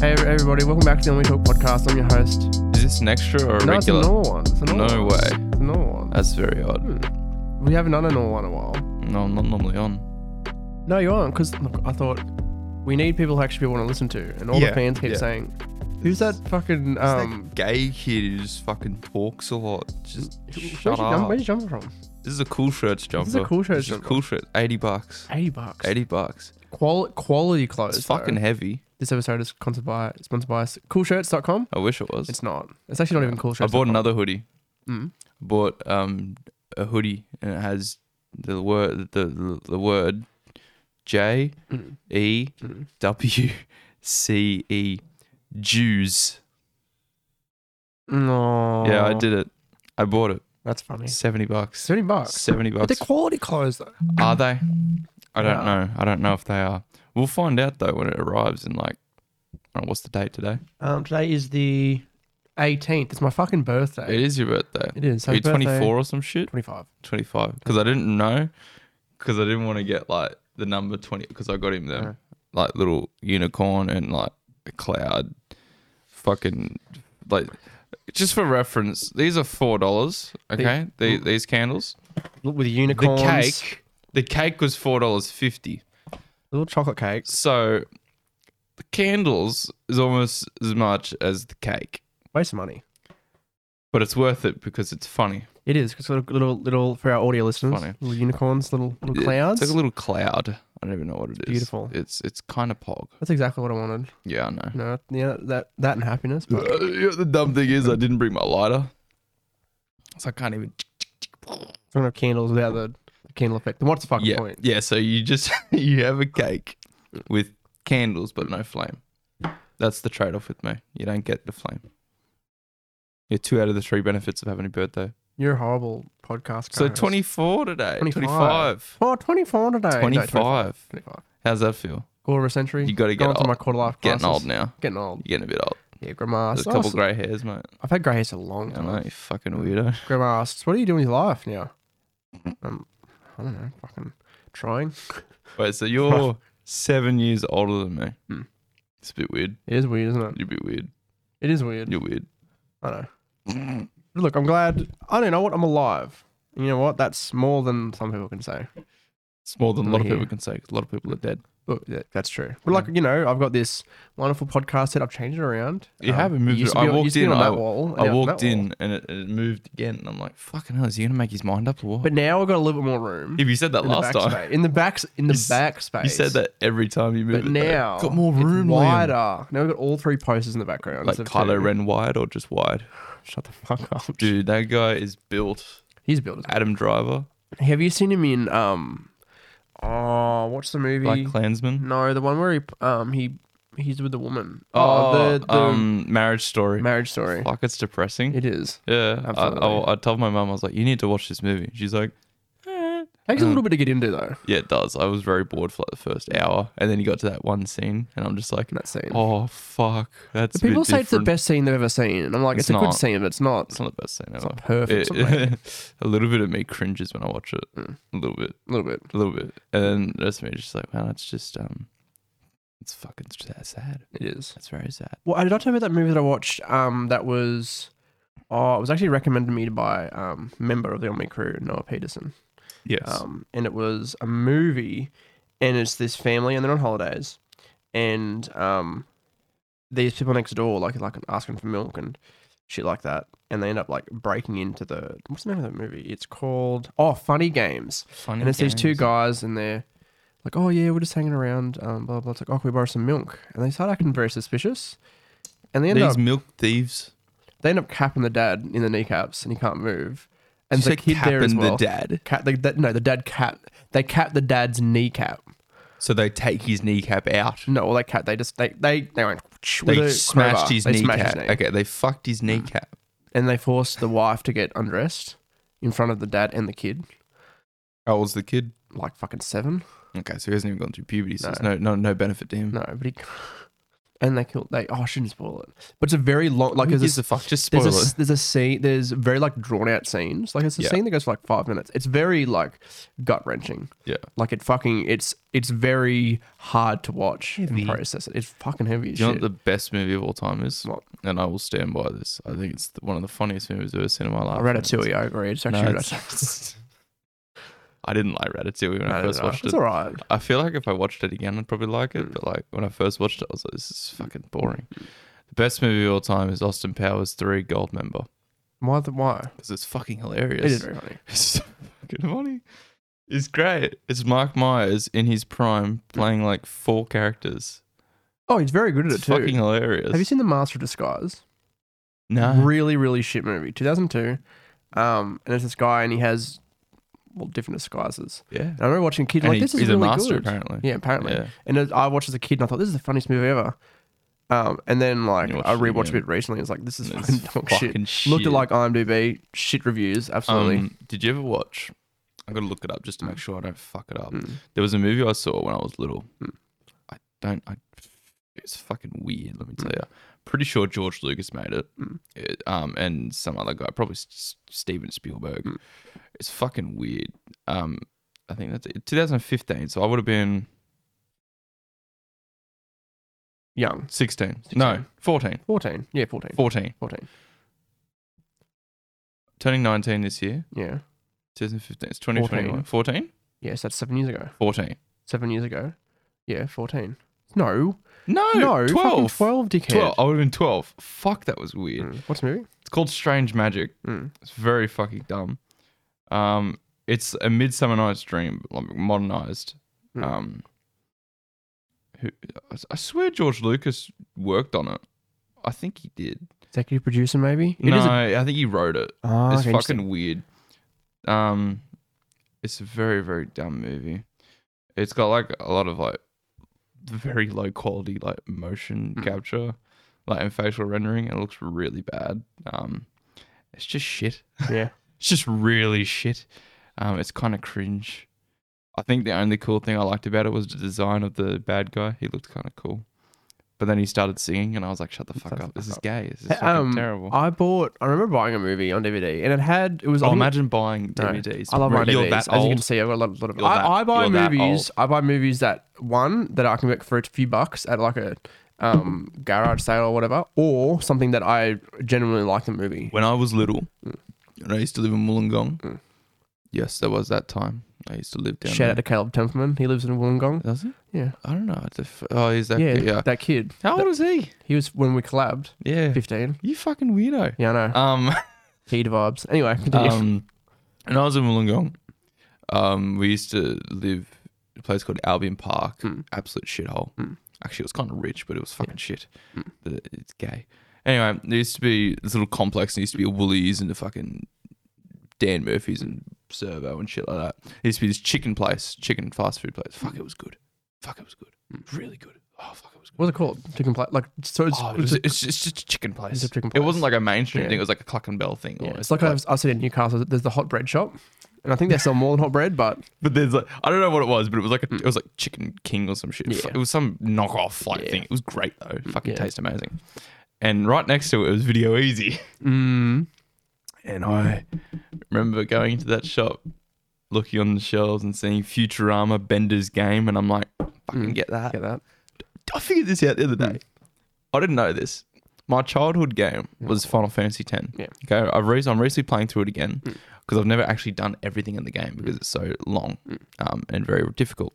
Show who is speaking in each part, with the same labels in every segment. Speaker 1: Hey everybody, welcome back to the Only Talk podcast. I'm your host.
Speaker 2: Is this an extra or a
Speaker 1: no, it's a
Speaker 2: regular?
Speaker 1: no one. It's a no,
Speaker 2: No
Speaker 1: one.
Speaker 2: way.
Speaker 1: It's a no one.
Speaker 2: That's very odd.
Speaker 1: We haven't done a no one in a while.
Speaker 2: No, I'm not normally on.
Speaker 1: No, you aren't, because look, I thought we need people who actually want to listen to, and all the
Speaker 2: Yeah,
Speaker 1: fans keep
Speaker 2: yeah.
Speaker 1: saying, "Who's that fucking um?"
Speaker 2: gay kid who just fucking talks a lot. Just
Speaker 1: where'd
Speaker 2: shut
Speaker 1: you, jump,
Speaker 2: up.
Speaker 1: where'd you jump from?
Speaker 2: This is a cool shirts jumper.
Speaker 1: is a Cool Shirts
Speaker 2: This is
Speaker 1: jumper.
Speaker 2: Cool shirt. Eighty bucks.
Speaker 1: Eighty bucks.
Speaker 2: Eighty bucks.
Speaker 1: Qual- quality clothes.
Speaker 2: It's
Speaker 1: though.
Speaker 2: fucking heavy.
Speaker 1: This episode is sponsored by sponsored by s- coolshirts.com.
Speaker 2: I wish it was.
Speaker 1: It's not. It's actually not even cool
Speaker 2: I
Speaker 1: shirts.
Speaker 2: bought another hoodie.
Speaker 1: Mm.
Speaker 2: I bought um a hoodie and it has the word the the, the word J
Speaker 1: Mm.
Speaker 2: E
Speaker 1: Mm.
Speaker 2: W C E Jews.
Speaker 1: No.
Speaker 2: Yeah, I did it. I bought it.
Speaker 1: Mm. That's funny.
Speaker 2: Seventy bucks.
Speaker 1: Seventy bucks.
Speaker 2: Seventy
Speaker 1: But they're
Speaker 2: bucks.
Speaker 1: quality clothes though.
Speaker 2: Are they? I don't
Speaker 1: Yeah.
Speaker 2: know. I don't know if they are. We'll find out though when it arrives in like. oh, What's the date today?
Speaker 1: Um, today is the 18th. It's my fucking birthday.
Speaker 2: It is your birthday.
Speaker 1: It is.
Speaker 2: Are
Speaker 1: Happy
Speaker 2: you 24
Speaker 1: birthday.
Speaker 2: or some shit?
Speaker 1: 25.
Speaker 2: 25. Because I didn't know. Because I didn't want to get like the number 20. Because I got him them
Speaker 1: Yeah.
Speaker 2: like little unicorn and like a cloud. Fucking like. Just for reference, these are four dollars. Okay, the, these candles.
Speaker 1: Look, With
Speaker 2: The
Speaker 1: unicorns.
Speaker 2: cake, the cake was four dollars fifty.
Speaker 1: Little chocolate cakes.
Speaker 2: So the candles is almost as much as the cake,
Speaker 1: Waste of money.
Speaker 2: but it's worth it because it's funny.
Speaker 1: It is. It's little, little, little, for our audio listeners,
Speaker 2: Funny.
Speaker 1: little unicorns, little, little
Speaker 2: It-
Speaker 1: clouds.
Speaker 2: It's like a little cloud. I don't even know what it is.
Speaker 1: beautiful.
Speaker 2: It's it's kind of pog.
Speaker 1: That's exactly what I wanted.
Speaker 2: Yeah, I know.
Speaker 1: You know, yeah, that, that and happiness. But
Speaker 2: Uh, yeah, the dumb thing is I didn't bring my lighter, so I can't even.
Speaker 1: I don't have candles without the candle effect. Then what's the fucking
Speaker 2: Yeah,
Speaker 1: point?
Speaker 2: yeah. So you just you have a cake with candles but no flame. That's the trade-off with me. You don't get the flame. You're two out of the three benefits of having a birthday.
Speaker 1: You're a horrible podcast.
Speaker 2: So
Speaker 1: co-host.
Speaker 2: 24 today.
Speaker 1: 25.
Speaker 2: 25.
Speaker 1: Oh, 24 today. No,
Speaker 2: 25.
Speaker 1: 25.
Speaker 2: How's that feel?
Speaker 1: Quarter of a century.
Speaker 2: You got to get
Speaker 1: Going through
Speaker 2: old.
Speaker 1: my quarter life
Speaker 2: Getting
Speaker 1: classes.
Speaker 2: old now.
Speaker 1: Getting old.
Speaker 2: You're getting a bit old.
Speaker 1: Yeah, grandma.
Speaker 2: There's a couple grey hairs, mate.
Speaker 1: I've had grey hair for a long
Speaker 2: I
Speaker 1: time.
Speaker 2: know, you fucking weirdo.
Speaker 1: Grandma asks, "What are you doing with your life now?" Um, I don't know. Fucking trying.
Speaker 2: Wait, so you're seven years older than me.
Speaker 1: Hmm.
Speaker 2: It's a bit weird.
Speaker 1: It is weird, isn't it?
Speaker 2: You're a bit weird.
Speaker 1: It is weird.
Speaker 2: You're weird.
Speaker 1: I know. But look, I'm glad. I don't know what I'm alive. You know what? That's more than some people can say.
Speaker 2: It's more than a lot of
Speaker 1: Yeah.
Speaker 2: people can say 'cause a lot of people are dead.
Speaker 1: Look, yeah, that's true. But like, you know, I've got this wonderful podcast set. I've changed it around. Um,
Speaker 2: You haven't moved
Speaker 1: used
Speaker 2: it.
Speaker 1: to be
Speaker 2: I
Speaker 1: on-
Speaker 2: walked
Speaker 1: used to be
Speaker 2: in,
Speaker 1: on that
Speaker 2: I-
Speaker 1: wall.
Speaker 2: I
Speaker 1: yeah,
Speaker 2: walked
Speaker 1: that wall.
Speaker 2: in and it, it moved again, and I'm like, fucking hell, is he going to make his mind up or what?
Speaker 1: But now I've got a little bit more room.
Speaker 2: if you said that
Speaker 1: in the
Speaker 2: last time,
Speaker 1: backspace- in the back, in the back space.
Speaker 2: you said that every time you
Speaker 1: But
Speaker 2: moved it. though.
Speaker 1: now
Speaker 2: got more
Speaker 1: it's
Speaker 2: room, Liam.
Speaker 1: wider. Now we've got all three posters in the background.
Speaker 2: Like
Speaker 1: instead of
Speaker 2: Kylo
Speaker 1: two.
Speaker 2: Ren wide or just wide?
Speaker 1: Shut the fuck up,
Speaker 2: Dude, that guy is built.
Speaker 1: He's built. as-
Speaker 2: Adam Driver,
Speaker 1: Have you seen him in um? Oh, what's the movie?
Speaker 2: Black Klansman.
Speaker 1: no, the one where he um he he's with the woman.
Speaker 2: Oh,
Speaker 1: the, the
Speaker 2: um, Marriage Story.
Speaker 1: marriage story.
Speaker 2: Fuck, it's depressing.
Speaker 1: It is.
Speaker 2: yeah, I,
Speaker 1: Absolutely.
Speaker 2: I, I told my mum I was like, you need to watch this movie. She's like,
Speaker 1: Takes a
Speaker 2: Um,
Speaker 1: little bit to get into though.
Speaker 2: yeah, it does. I was very bored for like the first hour, and then you got to that one scene, and I'm just like,
Speaker 1: in That scene.
Speaker 2: oh fuck,
Speaker 1: But
Speaker 2: that's. a bit
Speaker 1: people say it's the
Speaker 2: different."
Speaker 1: best scene they've ever seen, and I'm like, it's,
Speaker 2: It's
Speaker 1: a good
Speaker 2: not.
Speaker 1: scene, but it's not.
Speaker 2: It's not the best scene
Speaker 1: It's
Speaker 2: ever.
Speaker 1: not perfect.
Speaker 2: It-
Speaker 1: sometimes.
Speaker 2: a little bit of me cringes when I watch it.
Speaker 1: Mm.
Speaker 2: A little bit,
Speaker 1: a little bit.
Speaker 2: a little bit, and then the rest of me is just like, wow, that's just um, it's fucking sad. sad.
Speaker 1: It is.
Speaker 2: That's very sad.
Speaker 1: Well, I did I tell you about that movie that I watched? Um, that was. Oh, it was actually recommended to me by um member of the Omni crew, Noah Peterson.
Speaker 2: Yes.
Speaker 1: um, and it was a movie, and it's this family, and they're on holidays, and um, these people next door like like asking for milk and shit like that, and they end up like breaking into the what's the name of that movie? It's called oh Funny Games,
Speaker 2: Funny
Speaker 1: and it's these two
Speaker 2: games.
Speaker 1: guys, and they're like oh yeah we're just hanging around, um, blah blah. It's like oh can we borrow some milk? And they start acting very suspicious, and they end
Speaker 2: These
Speaker 1: up
Speaker 2: milk thieves.
Speaker 1: they end up capping the dad in the kneecaps, and he can't move, and
Speaker 2: Just
Speaker 1: the
Speaker 2: like
Speaker 1: kid there as
Speaker 2: capping
Speaker 1: well.
Speaker 2: the dad.
Speaker 1: Cat, they, that, no, the dad cat. They cat the dad's kneecap.
Speaker 2: So they take his kneecap out.
Speaker 1: No, well, they cat. They just they they Mm. they went with
Speaker 2: They
Speaker 1: a
Speaker 2: smashed
Speaker 1: crowbar.
Speaker 2: his
Speaker 1: They
Speaker 2: kneecap.
Speaker 1: smashed his Mm. knee.
Speaker 2: Okay, they fucked his kneecap.
Speaker 1: and they forced the wife to get undressed in front of the dad and the kid,
Speaker 2: How old's the kid?
Speaker 1: like fucking seven.
Speaker 2: Okay, so he hasn't even gone through puberty, so
Speaker 1: No.
Speaker 2: there's no no no benefit to him.
Speaker 1: No, but he and they kill. They oh, I shouldn't spoil it, but it's a very long like
Speaker 2: Who
Speaker 1: there's
Speaker 2: gives
Speaker 1: a,
Speaker 2: a fuck? Just spoil
Speaker 1: there's
Speaker 2: it.
Speaker 1: a there's a scene there's very like drawn out scenes like it's a
Speaker 2: Yeah.
Speaker 1: scene that goes for like five minutes. It's very like gut wrenching.
Speaker 2: Yeah.
Speaker 1: like it fucking it's it's very hard to watch
Speaker 2: Heavy.
Speaker 1: and process it. It's fucking heavy. As
Speaker 2: Do you know
Speaker 1: shit.
Speaker 2: what the best movie of all time is?
Speaker 1: What?
Speaker 2: And I will stand by this. I think it's the- one of the funniest movies I've ever seen in my life.
Speaker 1: I read it too. Yeah, I agree. It's
Speaker 2: No,
Speaker 1: actually
Speaker 2: it's- it's- I didn't like Ratatouille when I first watched
Speaker 1: It's
Speaker 2: it.
Speaker 1: alright. Mm.
Speaker 2: I feel like if I watched it again, I'd probably like it. But like when I first watched it, I was like, "This is fucking boring." The best movie of all time is Austin Powers Three Gold Member
Speaker 1: Why? The, why?
Speaker 2: because it's fucking hilarious.
Speaker 1: It is very funny.
Speaker 2: It's so fucking funny. It's great. It's Mark Myers in his prime playing like four characters.
Speaker 1: Oh, he's very good at
Speaker 2: It's
Speaker 1: it too.
Speaker 2: fucking hilarious.
Speaker 1: Have you seen The Master of Disguise?
Speaker 2: No.
Speaker 1: Really, really shit movie, 2002. Um, and it's this guy, and he has well different disguises.
Speaker 2: yeah.
Speaker 1: And I remember watching a kid
Speaker 2: And
Speaker 1: like
Speaker 2: he-
Speaker 1: this is
Speaker 2: he's
Speaker 1: really
Speaker 2: a master
Speaker 1: good.
Speaker 2: apparently.
Speaker 1: Yeah, apparently.
Speaker 2: Yeah.
Speaker 1: And it- I watched as a kid, and I thought this is the funniest movie ever. Um, and then like
Speaker 2: You watched
Speaker 1: I
Speaker 2: it
Speaker 1: rewatched
Speaker 2: again.
Speaker 1: a bit recently, and it's like this is
Speaker 2: And
Speaker 1: fucking
Speaker 2: it's
Speaker 1: dog shit.
Speaker 2: fucking shit.
Speaker 1: Looked at like IMDb shit reviews, absolutely.
Speaker 2: Um, did you ever watch? I gotta look it up just to make sure I don't fuck it up.
Speaker 1: Mm.
Speaker 2: There was a movie I saw when I was little. I don't. I, it's fucking weird. Let me tell you. Pretty sure George Lucas made it. It- um, and some other guy, probably S- Steven Spielberg. It's fucking weird. Um, I think that's it. 2015. So I would have been
Speaker 1: Young,
Speaker 2: 16. No,
Speaker 1: 16.
Speaker 2: 14.
Speaker 1: 14, yeah, 14,
Speaker 2: 14.
Speaker 1: 14,
Speaker 2: Turning 19 this year.
Speaker 1: yeah,
Speaker 2: 2015. It's 2021. 14.
Speaker 1: yes, that's seven years ago.
Speaker 2: 14.
Speaker 1: Seven years ago, yeah, 14. No,
Speaker 2: No, Oh,
Speaker 1: no, 12,
Speaker 2: 12.
Speaker 1: 12, dickhead.
Speaker 2: 12. I would have been 12. Fuck, that was weird.
Speaker 1: Mm. What's the movie?
Speaker 2: It's called Strange Magic.
Speaker 1: Mm.
Speaker 2: It's very fucking dumb. Um, it's a Midsummer Night's Dream, like modernized.
Speaker 1: Mm.
Speaker 2: Um, who, I swear George Lucas worked on it. I think he did.
Speaker 1: Executive producer, maybe? It
Speaker 2: no,
Speaker 1: is a-
Speaker 2: I think he wrote it.
Speaker 1: Ah,
Speaker 2: it's
Speaker 1: okay, interesting.
Speaker 2: fucking weird. Um, it's a very very dumb movie. It's got like a lot of like very low quality like motion
Speaker 1: Mm.
Speaker 2: capture, like and facial rendering. It looks really bad. Um, it's just shit.
Speaker 1: Yeah.
Speaker 2: It's just really shit. Um, it's kind of cringe. I think the only cool thing I liked about it was the design of the bad guy. He looked kind of cool. But then he started singing, and I was like, "Shut the fuck
Speaker 1: Shut the
Speaker 2: up! This
Speaker 1: fuck
Speaker 2: is
Speaker 1: up.
Speaker 2: gay. This is fucking
Speaker 1: Um,
Speaker 2: terrible."
Speaker 1: I bought. I remember buying a movie on DVD, and it had. It was. I
Speaker 2: I'll
Speaker 1: think-
Speaker 2: imagine buying
Speaker 1: no,
Speaker 2: DVDs.
Speaker 1: I love my
Speaker 2: Right, You're
Speaker 1: DVDs.
Speaker 2: that
Speaker 1: As you can
Speaker 2: old.
Speaker 1: see, I've got a lot, lot of.
Speaker 2: You're
Speaker 1: I,
Speaker 2: that-
Speaker 1: I buy
Speaker 2: you're that
Speaker 1: movies. I buy movies that one that I can get for a few bucks at like a um, garage sale or whatever, or something that I genuinely like the movie.
Speaker 2: When I was little,
Speaker 1: Mm.
Speaker 2: and I used to live in Wollongong. Yes, there was that time. I used to live down
Speaker 1: Shout out
Speaker 2: there.
Speaker 1: to Caleb Templeman. He lives in Wollongong.
Speaker 2: Does he?
Speaker 1: Yeah.
Speaker 2: I don't know. It's a f- Oh, he's that.
Speaker 1: Yeah,
Speaker 2: Yeah. yeah.
Speaker 1: that kid.
Speaker 2: How old is he?
Speaker 1: He was when we collabed.
Speaker 2: Yeah.
Speaker 1: Fifteen.
Speaker 2: You fucking weirdo.
Speaker 1: Yeah, I know.
Speaker 2: Um.
Speaker 1: Heat vibes. Anyway, continue.
Speaker 2: um, and I was in Wollongong. Um, we used to live in a place called Albion Park,
Speaker 1: Mm.
Speaker 2: absolute shithole.
Speaker 1: Mm.
Speaker 2: Actually, it was kind of rich, but it was fucking shit.
Speaker 1: Mm.
Speaker 2: The- It's gay. Anyway, there used to be this little complex. And there used to be a Woolies and a fucking Dan Murphy's and Servo and shit like that. There used to be this chicken place, chicken fast food place. Fuck, it was good. Fuck, it was good. Really good. Oh, fuck, it was good.
Speaker 1: What's it called? Chicken plate. Like so. Hmm. It's,
Speaker 2: Oh,
Speaker 1: it's,
Speaker 2: it was- it's, just- it's just a chicken place.
Speaker 1: a chicken
Speaker 2: It wasn't
Speaker 1: place.
Speaker 2: like a mainstream
Speaker 1: Yeah.
Speaker 2: thing. It was like a Cluck and Bell thing.
Speaker 1: Yeah,
Speaker 2: almost.
Speaker 1: it's like I've, I've seen in Newcastle. There's the hot bread shop, and I think they sell more than hot bread, but
Speaker 2: But there's like I don't know what it was, but it was like a, it was like Chicken King or some shit.
Speaker 1: Mm. Yeah.
Speaker 2: It was some knockoff like
Speaker 1: Yeah. Mm.
Speaker 2: thing. It was great though. Fucking
Speaker 1: yeah.
Speaker 2: tastes amazing. And right next to it was Video Easy.
Speaker 1: mm,
Speaker 2: And I remember going into that shop, looking on the shelves and seeing Futurama Bender's game, and I'm like, fucking
Speaker 1: Mm.
Speaker 2: get that.
Speaker 1: get that.
Speaker 2: I figured this out the other day. Hmm. I didn't know this. My childhood game was Final Fantasy X.
Speaker 1: Yeah.
Speaker 2: Okay. I've re- I'm recently playing through it again because I've never actually done everything in the game because it's so long um, and very difficult.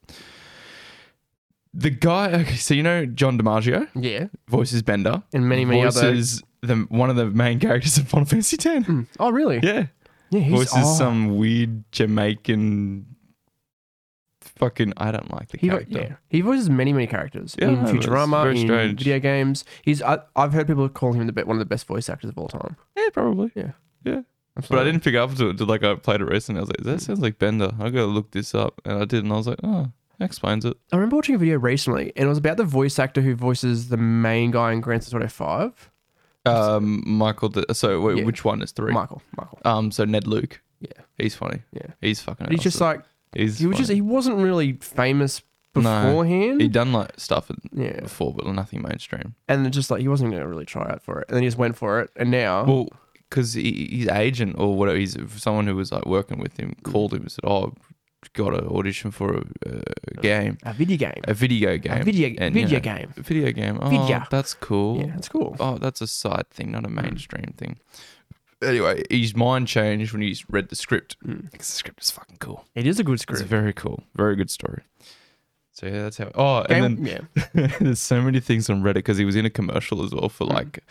Speaker 2: The guy, okay, so you know John DiMaggio
Speaker 1: Yeah,
Speaker 2: voices Bender,
Speaker 1: and many many other.
Speaker 2: voices the one of the main characters in Final Fantasy X.
Speaker 1: Mm. Oh really?
Speaker 2: Yeah,
Speaker 1: yeah he's,
Speaker 2: voices
Speaker 1: oh,
Speaker 2: some weird Jamaican fucking. I don't like the
Speaker 1: He, vo-
Speaker 2: character.
Speaker 1: yeah, he voices many many characters
Speaker 2: Yeah, I
Speaker 1: in
Speaker 2: know, it's
Speaker 1: Futurama,
Speaker 2: very
Speaker 1: in
Speaker 2: strange.
Speaker 1: video games. He's I, I've heard people call him the be- one of the best voice actors of all time.
Speaker 2: yeah, probably.
Speaker 1: Yeah.
Speaker 2: yeah. But I
Speaker 1: Absolutely.
Speaker 2: didn't pick up to it. till, Like I played it recently. I was like, that sounds like Bender. I gotta look this up, and I did, and I was like, oh, that explains it.
Speaker 1: I remember watching a video recently, and it was about the voice actor who voices the main guy in Grand Theft Auto Five.
Speaker 2: Um, Michael. D- so wait,
Speaker 1: Yeah.
Speaker 2: which one is three?
Speaker 1: Michael, Michael.
Speaker 2: Um, so Ned Luke.
Speaker 1: Yeah.
Speaker 2: he's funny.
Speaker 1: Yeah.
Speaker 2: he's fucking.
Speaker 1: He's just
Speaker 2: awesome.
Speaker 1: like
Speaker 2: he's
Speaker 1: he was
Speaker 2: funny.
Speaker 1: just he wasn't really famous
Speaker 2: No,
Speaker 1: beforehand.
Speaker 2: He'd done like stuff
Speaker 1: yeah,
Speaker 2: before, but nothing mainstream.
Speaker 1: and it's just like he wasn't gonna really try out for it, and then he just went for it, and now
Speaker 2: Well, because his agent or whatever, he's someone who was like working with him
Speaker 1: Mm.
Speaker 2: called him and said, "Oh, got an audition for a, a game,
Speaker 1: a video game,
Speaker 2: a video game,
Speaker 1: a video,
Speaker 2: and, you
Speaker 1: video
Speaker 2: know,
Speaker 1: game.
Speaker 2: a video game. Oh,
Speaker 1: Video.
Speaker 2: that's cool.
Speaker 1: Yeah, that's cool.
Speaker 2: Oh, that's a side thing, not a mainstream thing." Anyway, his mind changed when he's read the script.
Speaker 1: Mm.
Speaker 2: 'Cause the script is fucking cool.
Speaker 1: It is a good
Speaker 2: It's
Speaker 1: script.
Speaker 2: very cool. Very good story. So yeah, that's how. Oh,
Speaker 1: Game,
Speaker 2: and
Speaker 1: yeah,
Speaker 2: then there's so many things on Reddit because he was in a commercial as well for like,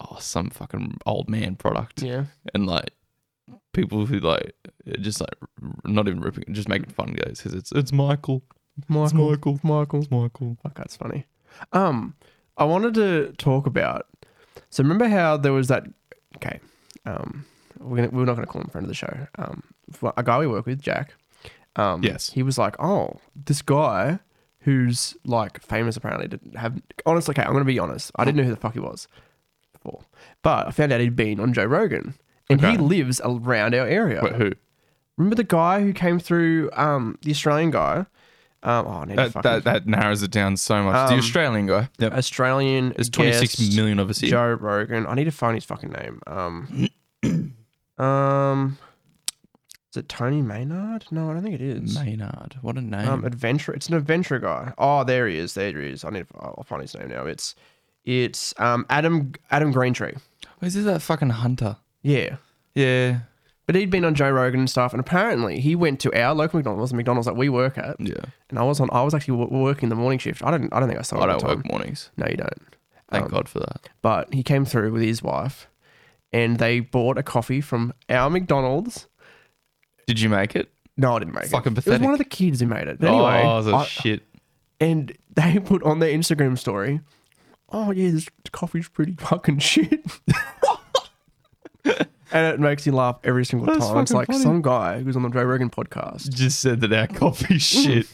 Speaker 2: oh, some fucking old man product,
Speaker 1: yeah.
Speaker 2: and like people who like are just like r- not even ripping, just making fun of guys because it's it's Michael, it's
Speaker 1: Michael,
Speaker 2: Michael,
Speaker 1: Michael.
Speaker 2: it's Michael.
Speaker 1: Fuck, that's funny. Um, I wanted to talk about. So remember how there was that? Okay, um, we're gonna, we're not gonna call him friend of the show. Um, f- a guy we work with, Jack. Um,
Speaker 2: Yes.
Speaker 1: He was like, oh, this guy who's like famous apparently didn't have. Honestly, okay, I'm gonna be honest. I didn't know who the fuck he was before, but I found out he'd been on Joe Rogan, and he
Speaker 2: Okay.
Speaker 1: lives around our area.
Speaker 2: Wait, who?
Speaker 1: Remember the guy who came through? Um, the Australian guy. Um, oh, I need to
Speaker 2: That,
Speaker 1: fucking
Speaker 2: that that narrows it down so much. the
Speaker 1: Um,
Speaker 2: Australian guy. Yep.
Speaker 1: Australian.
Speaker 2: There's 26
Speaker 1: guest,
Speaker 2: million of us here.
Speaker 1: Joe Rogan. I need to find his fucking name. Um, um, is it Tony Maynard? No, I don't think it is.
Speaker 2: Maynard. What a name.
Speaker 1: Um, adventure. It's an adventure guy. Oh, there he is. There he is. I need. To, I'll find his name now. It's, it's um Adam Adam Greentree.
Speaker 2: Oh, is this that fucking hunter?
Speaker 1: Yeah.
Speaker 2: Yeah.
Speaker 1: But he'd been on Joe Rogan and stuff, and apparently he went to our local McDonald's, the McDonald's that we work at,
Speaker 2: Yeah.
Speaker 1: and I was on. I was actually w- working the morning shift. I don't. I don't think I saw.
Speaker 2: I
Speaker 1: him at
Speaker 2: don't
Speaker 1: the time.
Speaker 2: work mornings.
Speaker 1: No, you don't.
Speaker 2: Thank
Speaker 1: Um,
Speaker 2: God for that.
Speaker 1: but he came through with his wife and they bought a coffee from our McDonald's.
Speaker 2: Did you make it?
Speaker 1: No, I didn't make it.
Speaker 2: Fucking
Speaker 1: It was
Speaker 2: pathetic.
Speaker 1: one of the kids who made it. But anyway,
Speaker 2: oh, the
Speaker 1: I-
Speaker 2: shit.
Speaker 1: and they put on their Instagram story, oh, yeah, this coffee's pretty fucking shit. and it makes you laugh every single
Speaker 2: That's
Speaker 1: time. It's
Speaker 2: fucking
Speaker 1: like
Speaker 2: funny.
Speaker 1: some guy who was on the Joe Rogan podcast.
Speaker 2: Just said that our coffee's shit.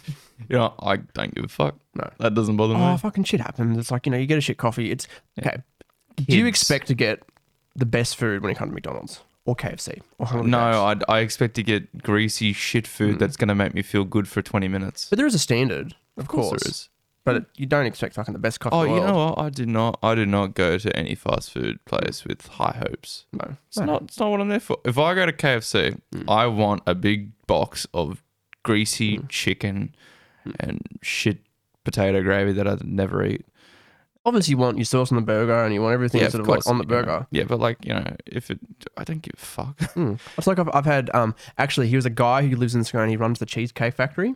Speaker 2: you know, I don't give a fuck.
Speaker 1: No.
Speaker 2: That doesn't bother
Speaker 1: Oh,
Speaker 2: me.
Speaker 1: fucking shit happens. It's like, you know, you get a shit coffee. It's okay. Do you
Speaker 2: Kids.
Speaker 1: expect to get the best food when you come to McDonald's or KFC or Hungry
Speaker 2: No,
Speaker 1: Jack's?
Speaker 2: I, I expect to get greasy shit
Speaker 1: Mm.
Speaker 2: food that's going to make me feel good for 20 minutes.
Speaker 1: But there is a standard, of, course.
Speaker 2: there is.
Speaker 1: But it, you don't expect fucking the best coffee.
Speaker 2: Oh,
Speaker 1: in the
Speaker 2: you know
Speaker 1: world.
Speaker 2: what? I do not. I do not go to any fast food place with high hopes.
Speaker 1: No,
Speaker 2: It's not. It's not what I'm there for. If I go to KFC,
Speaker 1: Hmm.
Speaker 2: I want a big box of greasy chicken
Speaker 1: Hmm.
Speaker 2: and shit potato gravy that I never eat.
Speaker 1: Obviously, you want your sauce on the burger and you want everything sort of, like on the
Speaker 2: you know.
Speaker 1: burger.
Speaker 2: Yeah, but like you know, if it, I don't give a fuck.
Speaker 1: Mm. It's like I've, I've had. Um, actually, he was a guy who lives in Scone. He runs the Cheesecake Factory,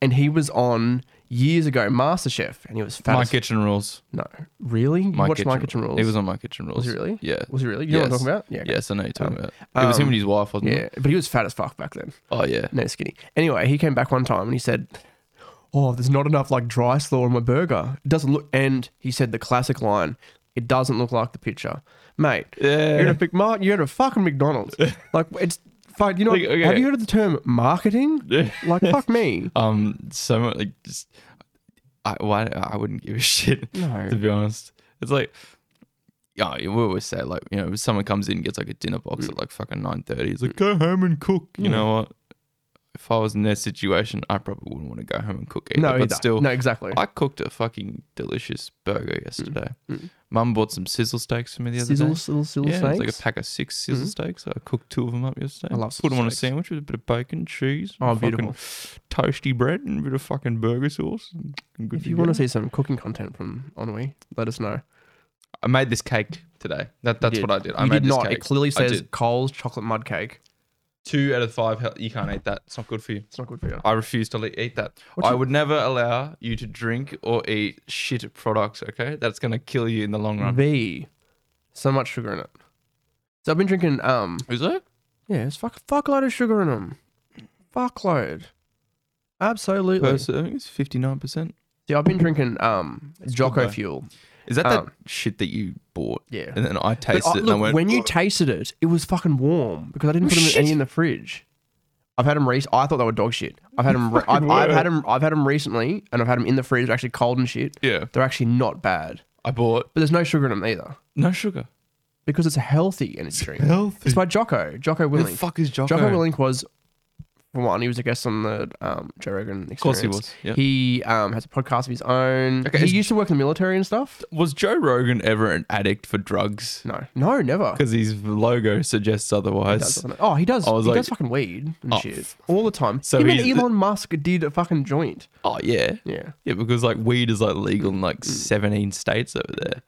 Speaker 1: and he was on years ago MasterChef, and he was fat.
Speaker 2: my
Speaker 1: as-
Speaker 2: kitchen rules.
Speaker 1: no, really, you
Speaker 2: My
Speaker 1: watched My Kitchen Rules.
Speaker 2: It was on my kitchen rules.
Speaker 1: he really?
Speaker 2: Yeah.
Speaker 1: was he really? You know what I'm talking about? Yeah. okay.
Speaker 2: Yes, I know you're talking about. It was him
Speaker 1: um,
Speaker 2: and his wife, wasn't it?
Speaker 1: Yeah, but he was fat as fuck back then.
Speaker 2: Oh yeah.
Speaker 1: No skinny. Anyway, he came back one time and he said, "Oh, there's not enough like dry slaw on my burger. It doesn't look." And he said the classic line, "It doesn't look like the picture, mate.
Speaker 2: Yeah.
Speaker 1: You're at a big mart. You're at a fucking McDonald's. like it's fuck. You know,
Speaker 2: Okay, okay.
Speaker 1: have you heard of the term marketing? Like fuck me.
Speaker 2: um. So much, like just. I why I wouldn't give a shit.
Speaker 1: No.
Speaker 2: To be honest, it's like. Yeah, we always say like you know, if someone comes in and gets like a dinner box at like fucking nine thirty, it's like go home and cook.
Speaker 1: Mm.
Speaker 2: You know what? If I was in their situation, I probably wouldn't want to go home and cook either.
Speaker 1: No,
Speaker 2: but
Speaker 1: either.
Speaker 2: still,
Speaker 1: no, exactly.
Speaker 2: I cooked a fucking delicious burger yesterday. Mum bought some sizzle steaks for me the other
Speaker 1: Mm. Sizzle,
Speaker 2: day.
Speaker 1: sizzle, sizzle
Speaker 2: yeah, it was like
Speaker 1: steaks. Mm.
Speaker 2: a pack of six sizzle steaks. I cooked two of them up yesterday.
Speaker 1: I love
Speaker 2: Put them
Speaker 1: sizzle
Speaker 2: on a
Speaker 1: steaks.
Speaker 2: sandwich with a bit of bacon, cheese,
Speaker 1: Oh,
Speaker 2: fucking
Speaker 1: beautiful.
Speaker 2: toasty bread, and a bit of fucking burger sauce. and- and good
Speaker 1: If
Speaker 2: to
Speaker 1: you want
Speaker 2: go.
Speaker 1: to see some cooking content from Onwe, let us know.
Speaker 2: I made this cake today. That that's
Speaker 1: You
Speaker 2: what I did. I
Speaker 1: you
Speaker 2: made
Speaker 1: did
Speaker 2: this
Speaker 1: not.
Speaker 2: cake.
Speaker 1: It clearly
Speaker 2: I
Speaker 1: says
Speaker 2: did.
Speaker 1: Coles chocolate mud cake.
Speaker 2: two out of five. hel- You can't eat that. It's not good for you.
Speaker 1: It's not good for you.
Speaker 2: I refuse to le- eat that. I would never allow you to drink or eat shit products. Okay, that's gonna kill you in the long run.
Speaker 1: V. So much sugar in it. So I've been drinking. Um,
Speaker 2: Is it?
Speaker 1: yeah, it's fuck fuckload of sugar in them. Fuckload. Absolutely.
Speaker 2: Per serving is fifty nine percent.
Speaker 1: See, I've been drinking um Jocko
Speaker 2: though.
Speaker 1: Fuel.
Speaker 2: Is that
Speaker 1: Um,
Speaker 2: that shit that you bought?
Speaker 1: Yeah.
Speaker 2: And then I
Speaker 1: But
Speaker 2: tasted
Speaker 1: I,
Speaker 2: it and I
Speaker 1: look,
Speaker 2: went.
Speaker 1: when you tasted it, it was fucking warm because I didn't put 'em
Speaker 2: Shit.
Speaker 1: any in the fridge. I've had them recent. I thought they were dog shit. I've had them. Re- I've, I've had them. I've had 'em recently, and I've had them in the fridge, actually cold and shit.
Speaker 2: yeah,
Speaker 1: They're actually not bad,
Speaker 2: I bought
Speaker 1: but there's no sugar in them either
Speaker 2: no sugar.
Speaker 1: because it's a healthy energy drink.
Speaker 2: Healthy.
Speaker 1: It's by Jocko. Jocko
Speaker 2: Who
Speaker 1: Willink.
Speaker 2: the fuck is Jocko?
Speaker 1: Jocko Willink was for one, he was a guest on the um, Joe Rogan. Experience.
Speaker 2: Of course he was. Yeah.
Speaker 1: He um, has a podcast of his own.
Speaker 2: Okay,
Speaker 1: he
Speaker 2: is-
Speaker 1: used to work in the military and stuff.
Speaker 2: was Joe Rogan ever an addict for drugs?
Speaker 1: No, no, never.
Speaker 2: Because his logo suggests
Speaker 1: He does,
Speaker 2: otherwise.
Speaker 1: doesn't it? oh, he does.
Speaker 2: I was
Speaker 1: he
Speaker 2: like-
Speaker 1: does fucking weed and
Speaker 2: Oh,
Speaker 1: shit
Speaker 2: f-
Speaker 1: all the time.
Speaker 2: So
Speaker 1: Even
Speaker 2: he's the-
Speaker 1: Elon Musk did a fucking joint.
Speaker 2: Oh yeah,
Speaker 1: Yeah.
Speaker 2: yeah. Because like weed is like legal in
Speaker 1: Mm.
Speaker 2: like seventeen states over there.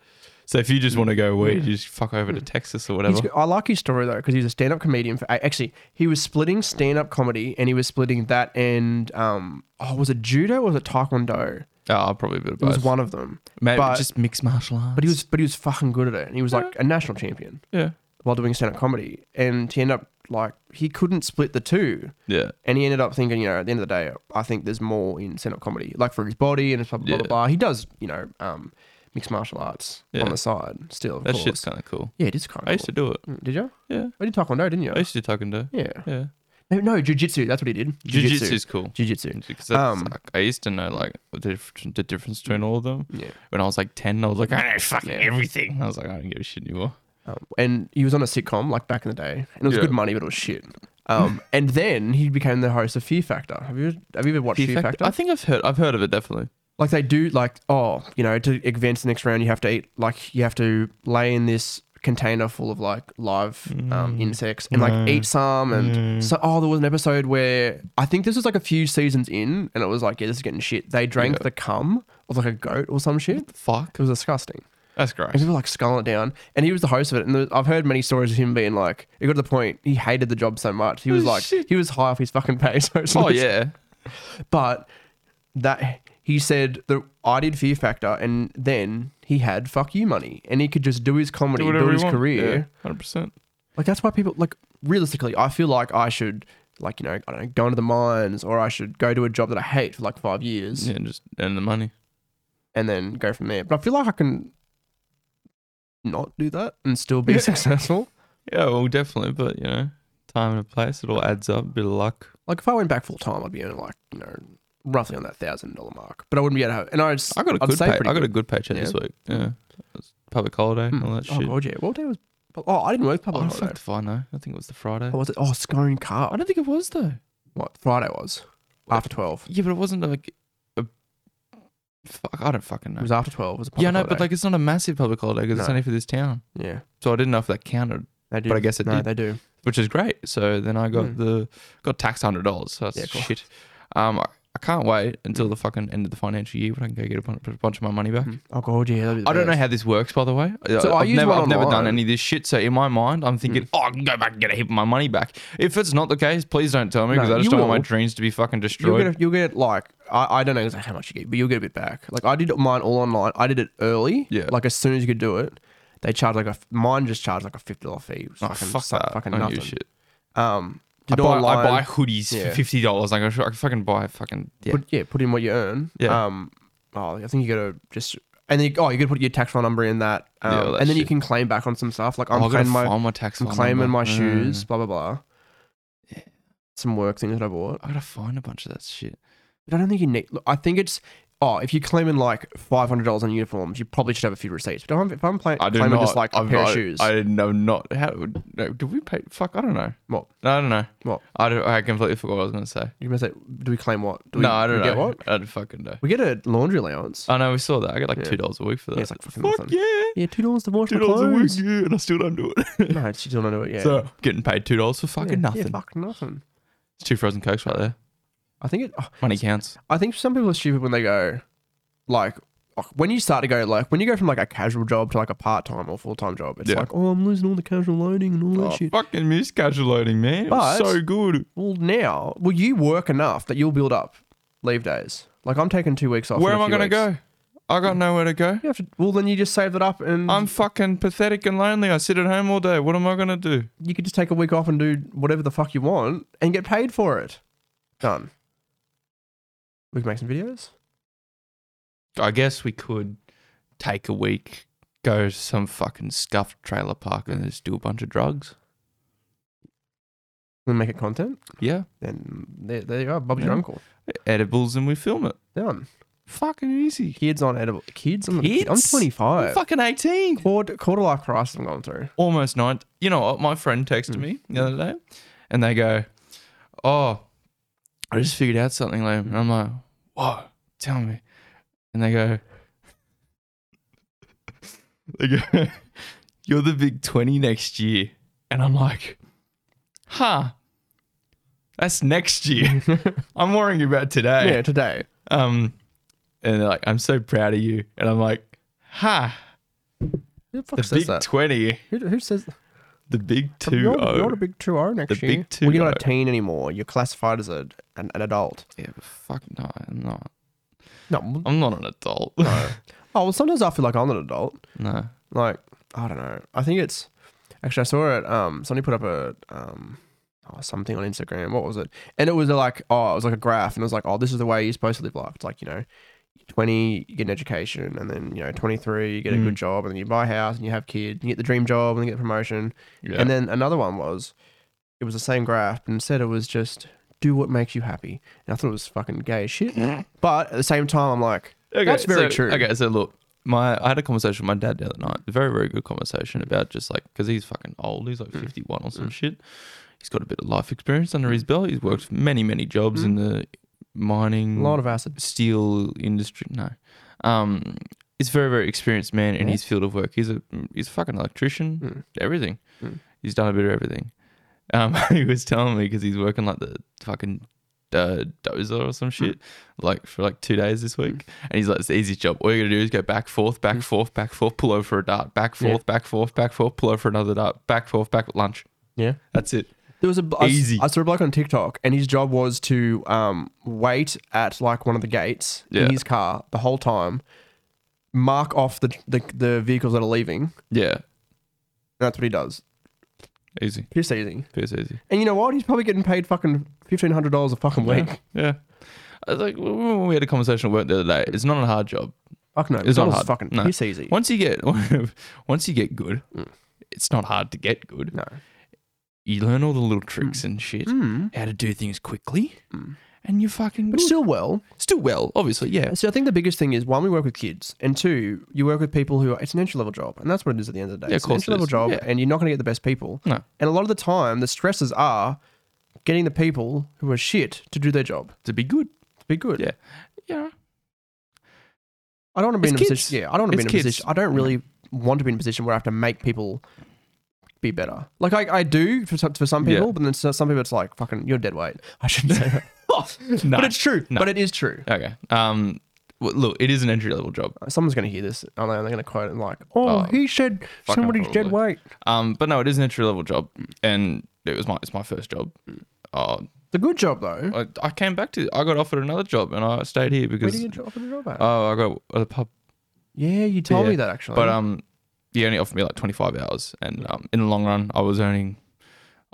Speaker 2: So if you just want to go weed, you just fuck over to Texas or
Speaker 1: Mm. He's,
Speaker 2: whatever.
Speaker 1: I like his story though because he was a stand-up comedian. For, a- actually, he was splitting stand-up comedy and he was splitting that and um, oh, was it judo or was it taekwondo?
Speaker 2: Oh, probably a bit of
Speaker 1: It was
Speaker 2: both.
Speaker 1: one of them.
Speaker 2: Maybe
Speaker 1: but-
Speaker 2: just mixed martial arts.
Speaker 1: But he was, but he was fucking good at it, and he was like a national champion
Speaker 2: yeah,
Speaker 1: while doing stand-up comedy. And he ended up like he couldn't split the two,
Speaker 2: yeah.
Speaker 1: and he ended up thinking, you know, at the end of the day, I think there's more in stand-up comedy, like for his body and his blah blah blah,
Speaker 2: Yeah.
Speaker 1: blah blah. He does, you know, um, mixed martial arts on
Speaker 2: Yeah.
Speaker 1: the side still. Of
Speaker 2: That
Speaker 1: course.
Speaker 2: shit's kind of cool.
Speaker 1: yeah, it is kind
Speaker 2: I
Speaker 1: of.
Speaker 2: used to do it.
Speaker 1: cool. Mm, Did you?
Speaker 2: Yeah,
Speaker 1: I did taekwondo, didn't you?
Speaker 2: I used to do taekwondo.
Speaker 1: yeah.
Speaker 2: Yeah,
Speaker 1: No, no, jujitsu. That's what he did.
Speaker 2: jiu-jitsu is cool.
Speaker 1: Jiu-jitsu.
Speaker 2: Because that's,
Speaker 1: Um,
Speaker 2: like, I used to know like the, dif- the difference between all of them.
Speaker 1: Yeah.
Speaker 2: When I was like ten, I was like, I know fucking
Speaker 1: Yeah.
Speaker 2: everything. I was like, I don't give a shit anymore.
Speaker 1: Um, and he was on a sitcom like back in the day, and it was
Speaker 2: Yeah.
Speaker 1: good money, but it was shit. Um, and then he became the host of Fear Factor. Have you have you ever watched Fear, Factor?
Speaker 2: I think I've heard. I've heard of it definitely.
Speaker 1: like they do, like oh, you know, to advance the next round, you have to eat like you have to lay in this container full of like live um, insects and like
Speaker 2: Mm. No. Mm.
Speaker 1: eat some and so oh there was an episode where i think this was like a few seasons in and it was like yeah this is getting shit they drank
Speaker 2: Yeah.
Speaker 1: the cum of like a goat or some shit it
Speaker 2: Fuck.
Speaker 1: was disgusting
Speaker 2: That's
Speaker 1: And
Speaker 2: great.
Speaker 1: people were like sculling it down. And he was the host of it. And there- I've heard many stories of him being like, it got to the point he hated the job so much. He was
Speaker 2: Oh,
Speaker 1: like,
Speaker 2: shit.
Speaker 1: he was high off his fucking pay. So it's
Speaker 2: Oh
Speaker 1: like-
Speaker 2: yeah.
Speaker 1: But that he said that I did Fear Factor and then he had fuck you money and he could just do his comedy,
Speaker 2: Do
Speaker 1: build
Speaker 2: whatever
Speaker 1: his
Speaker 2: you want.
Speaker 1: career.
Speaker 2: Hundred percent.
Speaker 1: Like that's why people like realistically, I feel like I should like, you know, I don't know, go into the mines or I should go to a job that I hate for like five years
Speaker 2: Yeah, and just earn the money.
Speaker 1: and then go from there. But I feel like I can not do that and still be
Speaker 2: Yeah.
Speaker 1: successful.
Speaker 2: Yeah, well, definitely. But you know, time and place, it all adds up. Bit of luck.
Speaker 1: Like if I went back full time, I'd be earning like you know roughly on that thousand dollar mark. But I wouldn't be able to. Have, and I just
Speaker 2: I got a
Speaker 1: I'd
Speaker 2: good.
Speaker 1: say
Speaker 2: Pay- I
Speaker 1: pretty
Speaker 2: got a good paycheck this week. Yeah, It's public holiday and all that
Speaker 1: oh
Speaker 2: shit.
Speaker 1: god, yeah. What day was? Oh, I didn't work
Speaker 2: Oh,
Speaker 1: public
Speaker 2: I
Speaker 1: holiday.
Speaker 2: fucked if I know. I think it was the Friday.
Speaker 1: Oh, was it? Oh, Scone
Speaker 2: I
Speaker 1: Cup.
Speaker 2: don't think it was though.
Speaker 1: What Friday was? After twelve.
Speaker 2: Yeah, but it wasn't like a. Fuck, I don't fucking know.
Speaker 1: It was after twelve. It was a public
Speaker 2: yeah, no, but
Speaker 1: holiday.
Speaker 2: like it's not a massive public holiday because it's
Speaker 1: No.
Speaker 2: only for this town.
Speaker 1: yeah,
Speaker 2: So I didn't know if that counted,
Speaker 1: they do.
Speaker 2: but I guess it
Speaker 1: no,
Speaker 2: did,
Speaker 1: they do.
Speaker 2: which is great. So then I got
Speaker 1: Mm.
Speaker 2: the got taxed hundred dollars. So that's
Speaker 1: Yeah, cool. Hmm.
Speaker 2: shit. Um, I, I can't wait until the fucking end of the financial year when I can go get a bunch, a bunch of my money back.
Speaker 1: Oh god, yeah. that'd be the
Speaker 2: I don't know
Speaker 1: best.
Speaker 2: how this works, by the way. Uh,
Speaker 1: So I
Speaker 2: I've,
Speaker 1: use
Speaker 2: never,
Speaker 1: one
Speaker 2: I've never
Speaker 1: online. Hmm.
Speaker 2: done any of this shit. So in my mind, I'm thinking, oh, I can go back and get a heap of my money back. If it's not the case, please don't tell me
Speaker 1: No,
Speaker 2: because I just
Speaker 1: you
Speaker 2: don't want
Speaker 1: will.
Speaker 2: my dreams to be fucking
Speaker 1: You'll
Speaker 2: destroyed.
Speaker 1: get, a, you'll get like I, I don't know exactly how much you get, but you'll get a bit back. Like I did mine all online. I did it early.
Speaker 2: Yeah.
Speaker 1: Like as soon as you could do it, they charge like a f- mine just charged like a fifty dollar fee. It was
Speaker 2: Oh,
Speaker 1: fucking,
Speaker 2: fuck
Speaker 1: so-
Speaker 2: that.
Speaker 1: Fucking
Speaker 2: I don't give
Speaker 1: nothing.
Speaker 2: a shit.
Speaker 1: Um,
Speaker 2: I
Speaker 1: did
Speaker 2: buy,
Speaker 1: online.
Speaker 2: I buy hoodies
Speaker 1: Yeah.
Speaker 2: for fifty dollars. Like I should- I could fucking buy a fucking yeah.
Speaker 1: Put, yeah, put in what you earn.
Speaker 2: Yeah.
Speaker 1: Um, oh, I think you gotta just and then you, oh, you gotta put your tax file number in that, um,
Speaker 2: Yeah, all that
Speaker 1: and then you
Speaker 2: shit.
Speaker 1: can claim back on some stuff. Like
Speaker 2: Oh,
Speaker 1: I'm
Speaker 2: I gotta
Speaker 1: claiming my
Speaker 2: find my tax.
Speaker 1: I'm
Speaker 2: file
Speaker 1: claiming
Speaker 2: number.
Speaker 1: my
Speaker 2: Mm.
Speaker 1: shoes, blah blah blah.
Speaker 2: Yeah.
Speaker 1: Some work things that I bought,
Speaker 2: I gotta find a bunch of that shit.
Speaker 1: but I don't think you need. Look, I think it's oh, if you're claiming like five hundred dollars on uniforms, you probably should have a few receipts. But if I'm, if I'm pla-
Speaker 2: I do
Speaker 1: claiming
Speaker 2: not
Speaker 1: just like a
Speaker 2: I've
Speaker 1: pair of
Speaker 2: not-
Speaker 1: shoes,
Speaker 2: I know not how. No, did we pay? Fuck, I don't know.
Speaker 1: What?
Speaker 2: No, I don't know.
Speaker 1: What?
Speaker 2: I don't, I completely forgot what I was gonna say.
Speaker 1: you're gonna say, do we claim what? Do we,
Speaker 2: no, I don't
Speaker 1: we
Speaker 2: know.
Speaker 1: Get what?
Speaker 2: I don't fucking know.
Speaker 1: We get a laundry allowance.
Speaker 2: I know we saw that. I get like
Speaker 1: Yeah.
Speaker 2: two dollars a week for that.
Speaker 1: yeah, it's like fucking
Speaker 2: Fuck
Speaker 1: nothing.
Speaker 2: yeah,
Speaker 1: Yeah, two dollars to wash
Speaker 2: two
Speaker 1: my
Speaker 2: dollars a week,
Speaker 1: clothes.
Speaker 2: yeah, and I still don't do it.
Speaker 1: No, she don't do it yet.
Speaker 2: So getting paid two dollars for fucking
Speaker 1: yeah,
Speaker 2: nothing.
Speaker 1: Yeah, fuck nothing.
Speaker 2: it's two frozen cokes right there.
Speaker 1: I think it. oh,
Speaker 2: Money counts.
Speaker 1: I think some people are stupid when they go, like, oh, when you start to go, like, when you go from like a casual job to like a part time or full time job, it's
Speaker 2: Yeah.
Speaker 1: like, oh, I'm losing all the casual loading and all that
Speaker 2: Oh,
Speaker 1: shit.
Speaker 2: fucking miss casual loading, man. It was
Speaker 1: But-
Speaker 2: so good.
Speaker 1: Well, now, well, you work enough that you'll build up leave days. Like, I'm taking two weeks off.
Speaker 2: Where
Speaker 1: in
Speaker 2: am
Speaker 1: a
Speaker 2: I
Speaker 1: few
Speaker 2: gonna
Speaker 1: weeks.
Speaker 2: go? I got nowhere to go.
Speaker 1: You have to. Well, then you just save that up, and
Speaker 2: I'm fucking pathetic and lonely. I sit at home all day. What am I gonna do?
Speaker 1: you could just take a week off and do whatever the fuck you want and get paid for it. Done. We can make some videos.
Speaker 2: I guess we could take a week, go to some fucking scuffed trailer park and just do a bunch of drugs.
Speaker 1: We make it content.
Speaker 2: Yeah,
Speaker 1: Then there, there you are. Bob's your
Speaker 2: Yeah.
Speaker 1: uncle.
Speaker 2: edibles and we film it.
Speaker 1: Done.
Speaker 2: Fucking easy.
Speaker 1: Kids on edible. Kids? I'm, not a kid. I'm
Speaker 2: Kids?
Speaker 1: 25.
Speaker 2: fucking eighteen.
Speaker 1: Quarter, quarter life crisis I'm going through.
Speaker 2: almost
Speaker 1: Hmm.
Speaker 2: nine. You know what? My friend texted
Speaker 1: Mm.
Speaker 2: me the other day, and they go, "Oh, I just figured out something, like, and I'm like, whoa, tell me. And they go, they go, you're the big 20 next year. And I'm like, huh, that's next year. I'm worrying about today.
Speaker 1: Yeah, today.
Speaker 2: Um, and they're like, I'm so proud of you. And I'm like, ha,
Speaker 1: Who the fuck
Speaker 2: the
Speaker 1: says
Speaker 2: big
Speaker 1: that?
Speaker 2: 20,
Speaker 1: who, who says that?
Speaker 2: the big oh." 2
Speaker 1: You're, you're a big 2 0 next
Speaker 2: The
Speaker 1: year.
Speaker 2: big
Speaker 1: well, you're not
Speaker 2: 2-0.
Speaker 1: a teen anymore. You're classified as a, an, an adult.
Speaker 2: Yeah, but fuck no, I'm not.
Speaker 1: No.
Speaker 2: I'm not an adult.
Speaker 1: Oh, well, sometimes I feel like I'm an adult.
Speaker 2: no.
Speaker 1: like I don't know. I think it's actually I saw it. Um, somebody put up a um oh, something on Instagram. What was it? And it was like oh, it was like a graph, and it was like oh, this is the way you're supposed to live life. It's like you know, twenty you get an education, and then you know twenty three you get a
Speaker 2: Mm.
Speaker 1: good job, and then you buy a house, and you have kids, and you get the dream job, and you get a promotion.
Speaker 2: Yeah.
Speaker 1: And then another one was it was the same graph, and instead it was just do what makes you happy. And I thought it was fucking gay as shit. But at the same time, I'm like,
Speaker 2: Okay,
Speaker 1: That's very
Speaker 2: so-
Speaker 1: true.
Speaker 2: Okay, so look, my I had a conversation with my dad the other night. Very, very good conversation about just like because he's fucking old. He's like fifty one or some shit. He's got a bit of life experience under his belt. He's worked many, many jobs in the
Speaker 1: a
Speaker 2: mining,
Speaker 1: lot of acid.
Speaker 2: steel industry. No, um, he's a very, very experienced man in his field of work. He's a he's a fucking electrician.
Speaker 1: Mm.
Speaker 2: Everything.
Speaker 1: Mm.
Speaker 2: He's done a bit of everything. Um, he was telling me because he's working like the fucking uh, dozer or some shit, like for like two days this week. And he's like, it's the easiest job. All you gotta do is go back forth, back forth, back forth, pull over for a dart, back
Speaker 1: Yeah.
Speaker 2: forth, back forth, back forth, pull over for another dart, back forth, back lunch.
Speaker 1: Yeah.
Speaker 2: That's it.
Speaker 1: There was a I s-
Speaker 2: Easy.
Speaker 1: I saw a bloke on TikTok, and his job was to um, wait at like one of the gates
Speaker 2: Yeah.
Speaker 1: in his car the whole time, mark off the, the the vehicles that are leaving. And
Speaker 2: Yeah,
Speaker 1: that's what he does.
Speaker 2: easy,
Speaker 1: Piss easy.
Speaker 2: piss easy.
Speaker 1: And you know what? He's probably getting paid fucking fifteen hundred dollars a fucking week.
Speaker 2: Yeah. I was like, when we had a conversation at work the other day, it's not a hard job.
Speaker 1: Fuck no,
Speaker 2: It's not
Speaker 1: McDonald's
Speaker 2: hard.
Speaker 1: is fucking
Speaker 2: No.
Speaker 1: piss easy.
Speaker 2: Once you get once you get good, it's not hard to get good.
Speaker 1: No.
Speaker 2: You learn all the little tricks and shit,
Speaker 1: Mm.
Speaker 2: how to do things quickly, and you fucking
Speaker 1: But
Speaker 2: good.
Speaker 1: still, well.
Speaker 2: still well, obviously, yeah.
Speaker 1: So I think the biggest thing is one, we work with kids, and two, you work with people who are, it's an entry level job, and that's what it is at the end of the day.
Speaker 2: Yeah, of
Speaker 1: it's an
Speaker 2: course it
Speaker 1: entry level
Speaker 2: is.
Speaker 1: job,
Speaker 2: Yeah.
Speaker 1: and you're not going to get the best people.
Speaker 2: No.
Speaker 1: And a lot of the time, the stresses are getting the people who are shit to do their job.
Speaker 2: To be good,
Speaker 1: To be good.
Speaker 2: Yeah. yeah.
Speaker 1: I don't want to be
Speaker 2: It's
Speaker 1: in a
Speaker 2: kids.
Speaker 1: position. Yeah, I don't want to be
Speaker 2: It's
Speaker 1: in a
Speaker 2: kids.
Speaker 1: position. I don't really want to be in a position where I have to make people be better. Like I, I do for some, for some
Speaker 2: Yeah.
Speaker 1: people, but then so- some people it's like fucking you're dead weight. I shouldn't say that.
Speaker 2: No.
Speaker 1: But it's true.
Speaker 2: No.
Speaker 1: But it is true.
Speaker 2: Okay. Um. well, Look, it is an entry level job.
Speaker 1: Someone's going to hear this and they're going to quote it like, "Oh,
Speaker 2: Oh,
Speaker 1: he said
Speaker 2: fucking
Speaker 1: somebody's dead
Speaker 2: probably.
Speaker 1: weight."
Speaker 2: Um. But no, it is an entry level job, and it was my it's my first job. Uh,
Speaker 1: It's a good job though.
Speaker 2: I, I came back to I got offered another job, and I stayed here
Speaker 1: Where did
Speaker 2: because
Speaker 1: you get offered a job at?
Speaker 2: oh I got a pub
Speaker 1: yeah, you told
Speaker 2: yeah.
Speaker 1: me that actually.
Speaker 2: But um, he only offered me like 25 hours, and um, in the long run, I was earning,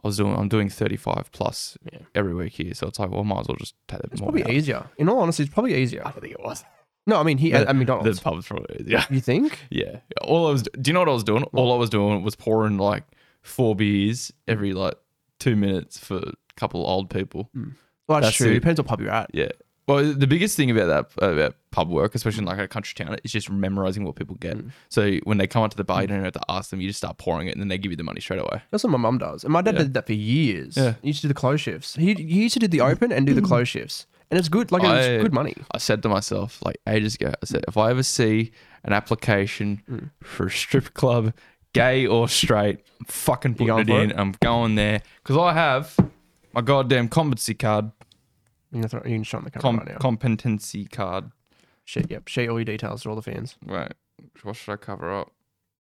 Speaker 2: I was doing, I'm doing 35 plus
Speaker 1: Yeah.
Speaker 2: every week here. So it's like, well, I might as well just take it
Speaker 1: it's
Speaker 2: more.
Speaker 1: probably
Speaker 2: hours.
Speaker 1: easier. In all honesty, it's probably easier.
Speaker 2: don't think it was.
Speaker 1: No, I mean he at, at
Speaker 2: The
Speaker 1: McDonald's.
Speaker 2: pub's probably yeah,
Speaker 1: you think?
Speaker 2: yeah. All I was, do you know what I was doing? All I was doing was pouring like four beers every like two minutes for a couple old people.
Speaker 1: Hmm. Well, that's,
Speaker 2: That's
Speaker 1: true.
Speaker 2: it.
Speaker 1: Depends what pub you're at.
Speaker 2: Yeah. Well, the biggest thing about that about pub work, especially in like a country town, is just memorizing what people
Speaker 1: Hmm.
Speaker 2: get. So when they come up to the bar, you don't have to ask them. You just start pouring it, and then they give you the money straight away.
Speaker 1: That's what my mum does. And my dad did that for years.
Speaker 2: Yeah.
Speaker 1: He used to do the close shifts. He, he used to do the open and do the close shifts. And it's good. Like, it's
Speaker 2: I-
Speaker 1: good money.
Speaker 2: I said to myself, like ages ago, I said, if I ever see an application
Speaker 1: Mm.
Speaker 2: for a strip club, gay or straight, I'm fucking putting
Speaker 1: going
Speaker 2: it
Speaker 1: for
Speaker 2: in. I'm going there because I have my goddamn competency card,
Speaker 1: You can, throw, you can show on the camera
Speaker 2: com-
Speaker 1: right now.
Speaker 2: competency card.
Speaker 1: Shit, yep. Share all your details to all the fans.
Speaker 2: Right, what should I cover up?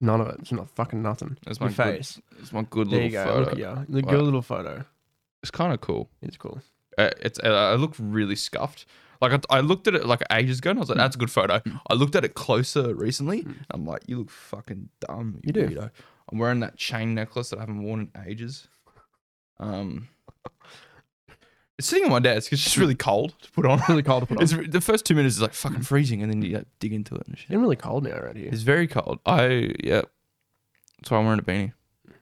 Speaker 1: None of it. It's not fucking nothing.
Speaker 2: That's
Speaker 1: Your
Speaker 2: my good-
Speaker 1: face.
Speaker 2: It's my good
Speaker 1: There
Speaker 2: little
Speaker 1: you go.
Speaker 2: photo.
Speaker 1: Look at you. The
Speaker 2: Wow.
Speaker 1: good little photo.
Speaker 2: It's kind of cool.
Speaker 1: It's cool.
Speaker 2: Uh, it's uh, I look really scuffed. Like I, I looked at it like ages ago, and I was like, "That's a good photo."
Speaker 1: Mm.
Speaker 2: I looked at it closer recently. and I'm like, "You look fucking dumb, you,
Speaker 1: You do.
Speaker 2: weirdo." I'm wearing that chain necklace that I haven't worn in ages. Um, it's sitting on my desk. It's just really cold to put on.
Speaker 1: Really cold to put on.
Speaker 2: It's re- the first two minutes is like fucking freezing, and then you like, dig into it and shit.
Speaker 1: It's really cold now around here.
Speaker 2: It's very cold. I yeah. That's why I'm wearing a beanie.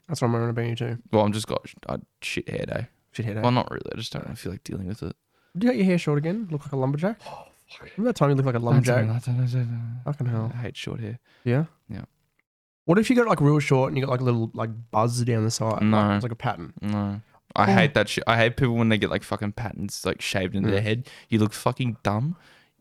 Speaker 1: That's why I'm wearing a beanie too.
Speaker 2: Well, I'm just got a shit hair day.
Speaker 1: Shit head
Speaker 2: Well, not really. I just don't really feel like dealing with it.
Speaker 1: Do you got your hair short again? Look like a lumberjack?
Speaker 2: Oh,
Speaker 1: Remember that time you looked like a lumberjack? Fucking
Speaker 2: I
Speaker 1: hell.
Speaker 2: hate short hair.
Speaker 1: Yeah?
Speaker 2: Yeah.
Speaker 1: What if you got like real short and you got like a little like buzz down the side?
Speaker 2: No.
Speaker 1: Like, it's like a pattern.
Speaker 2: No. I hate that shit. I hate people when they get like fucking patterns like shaved into their head. You look fucking dumb.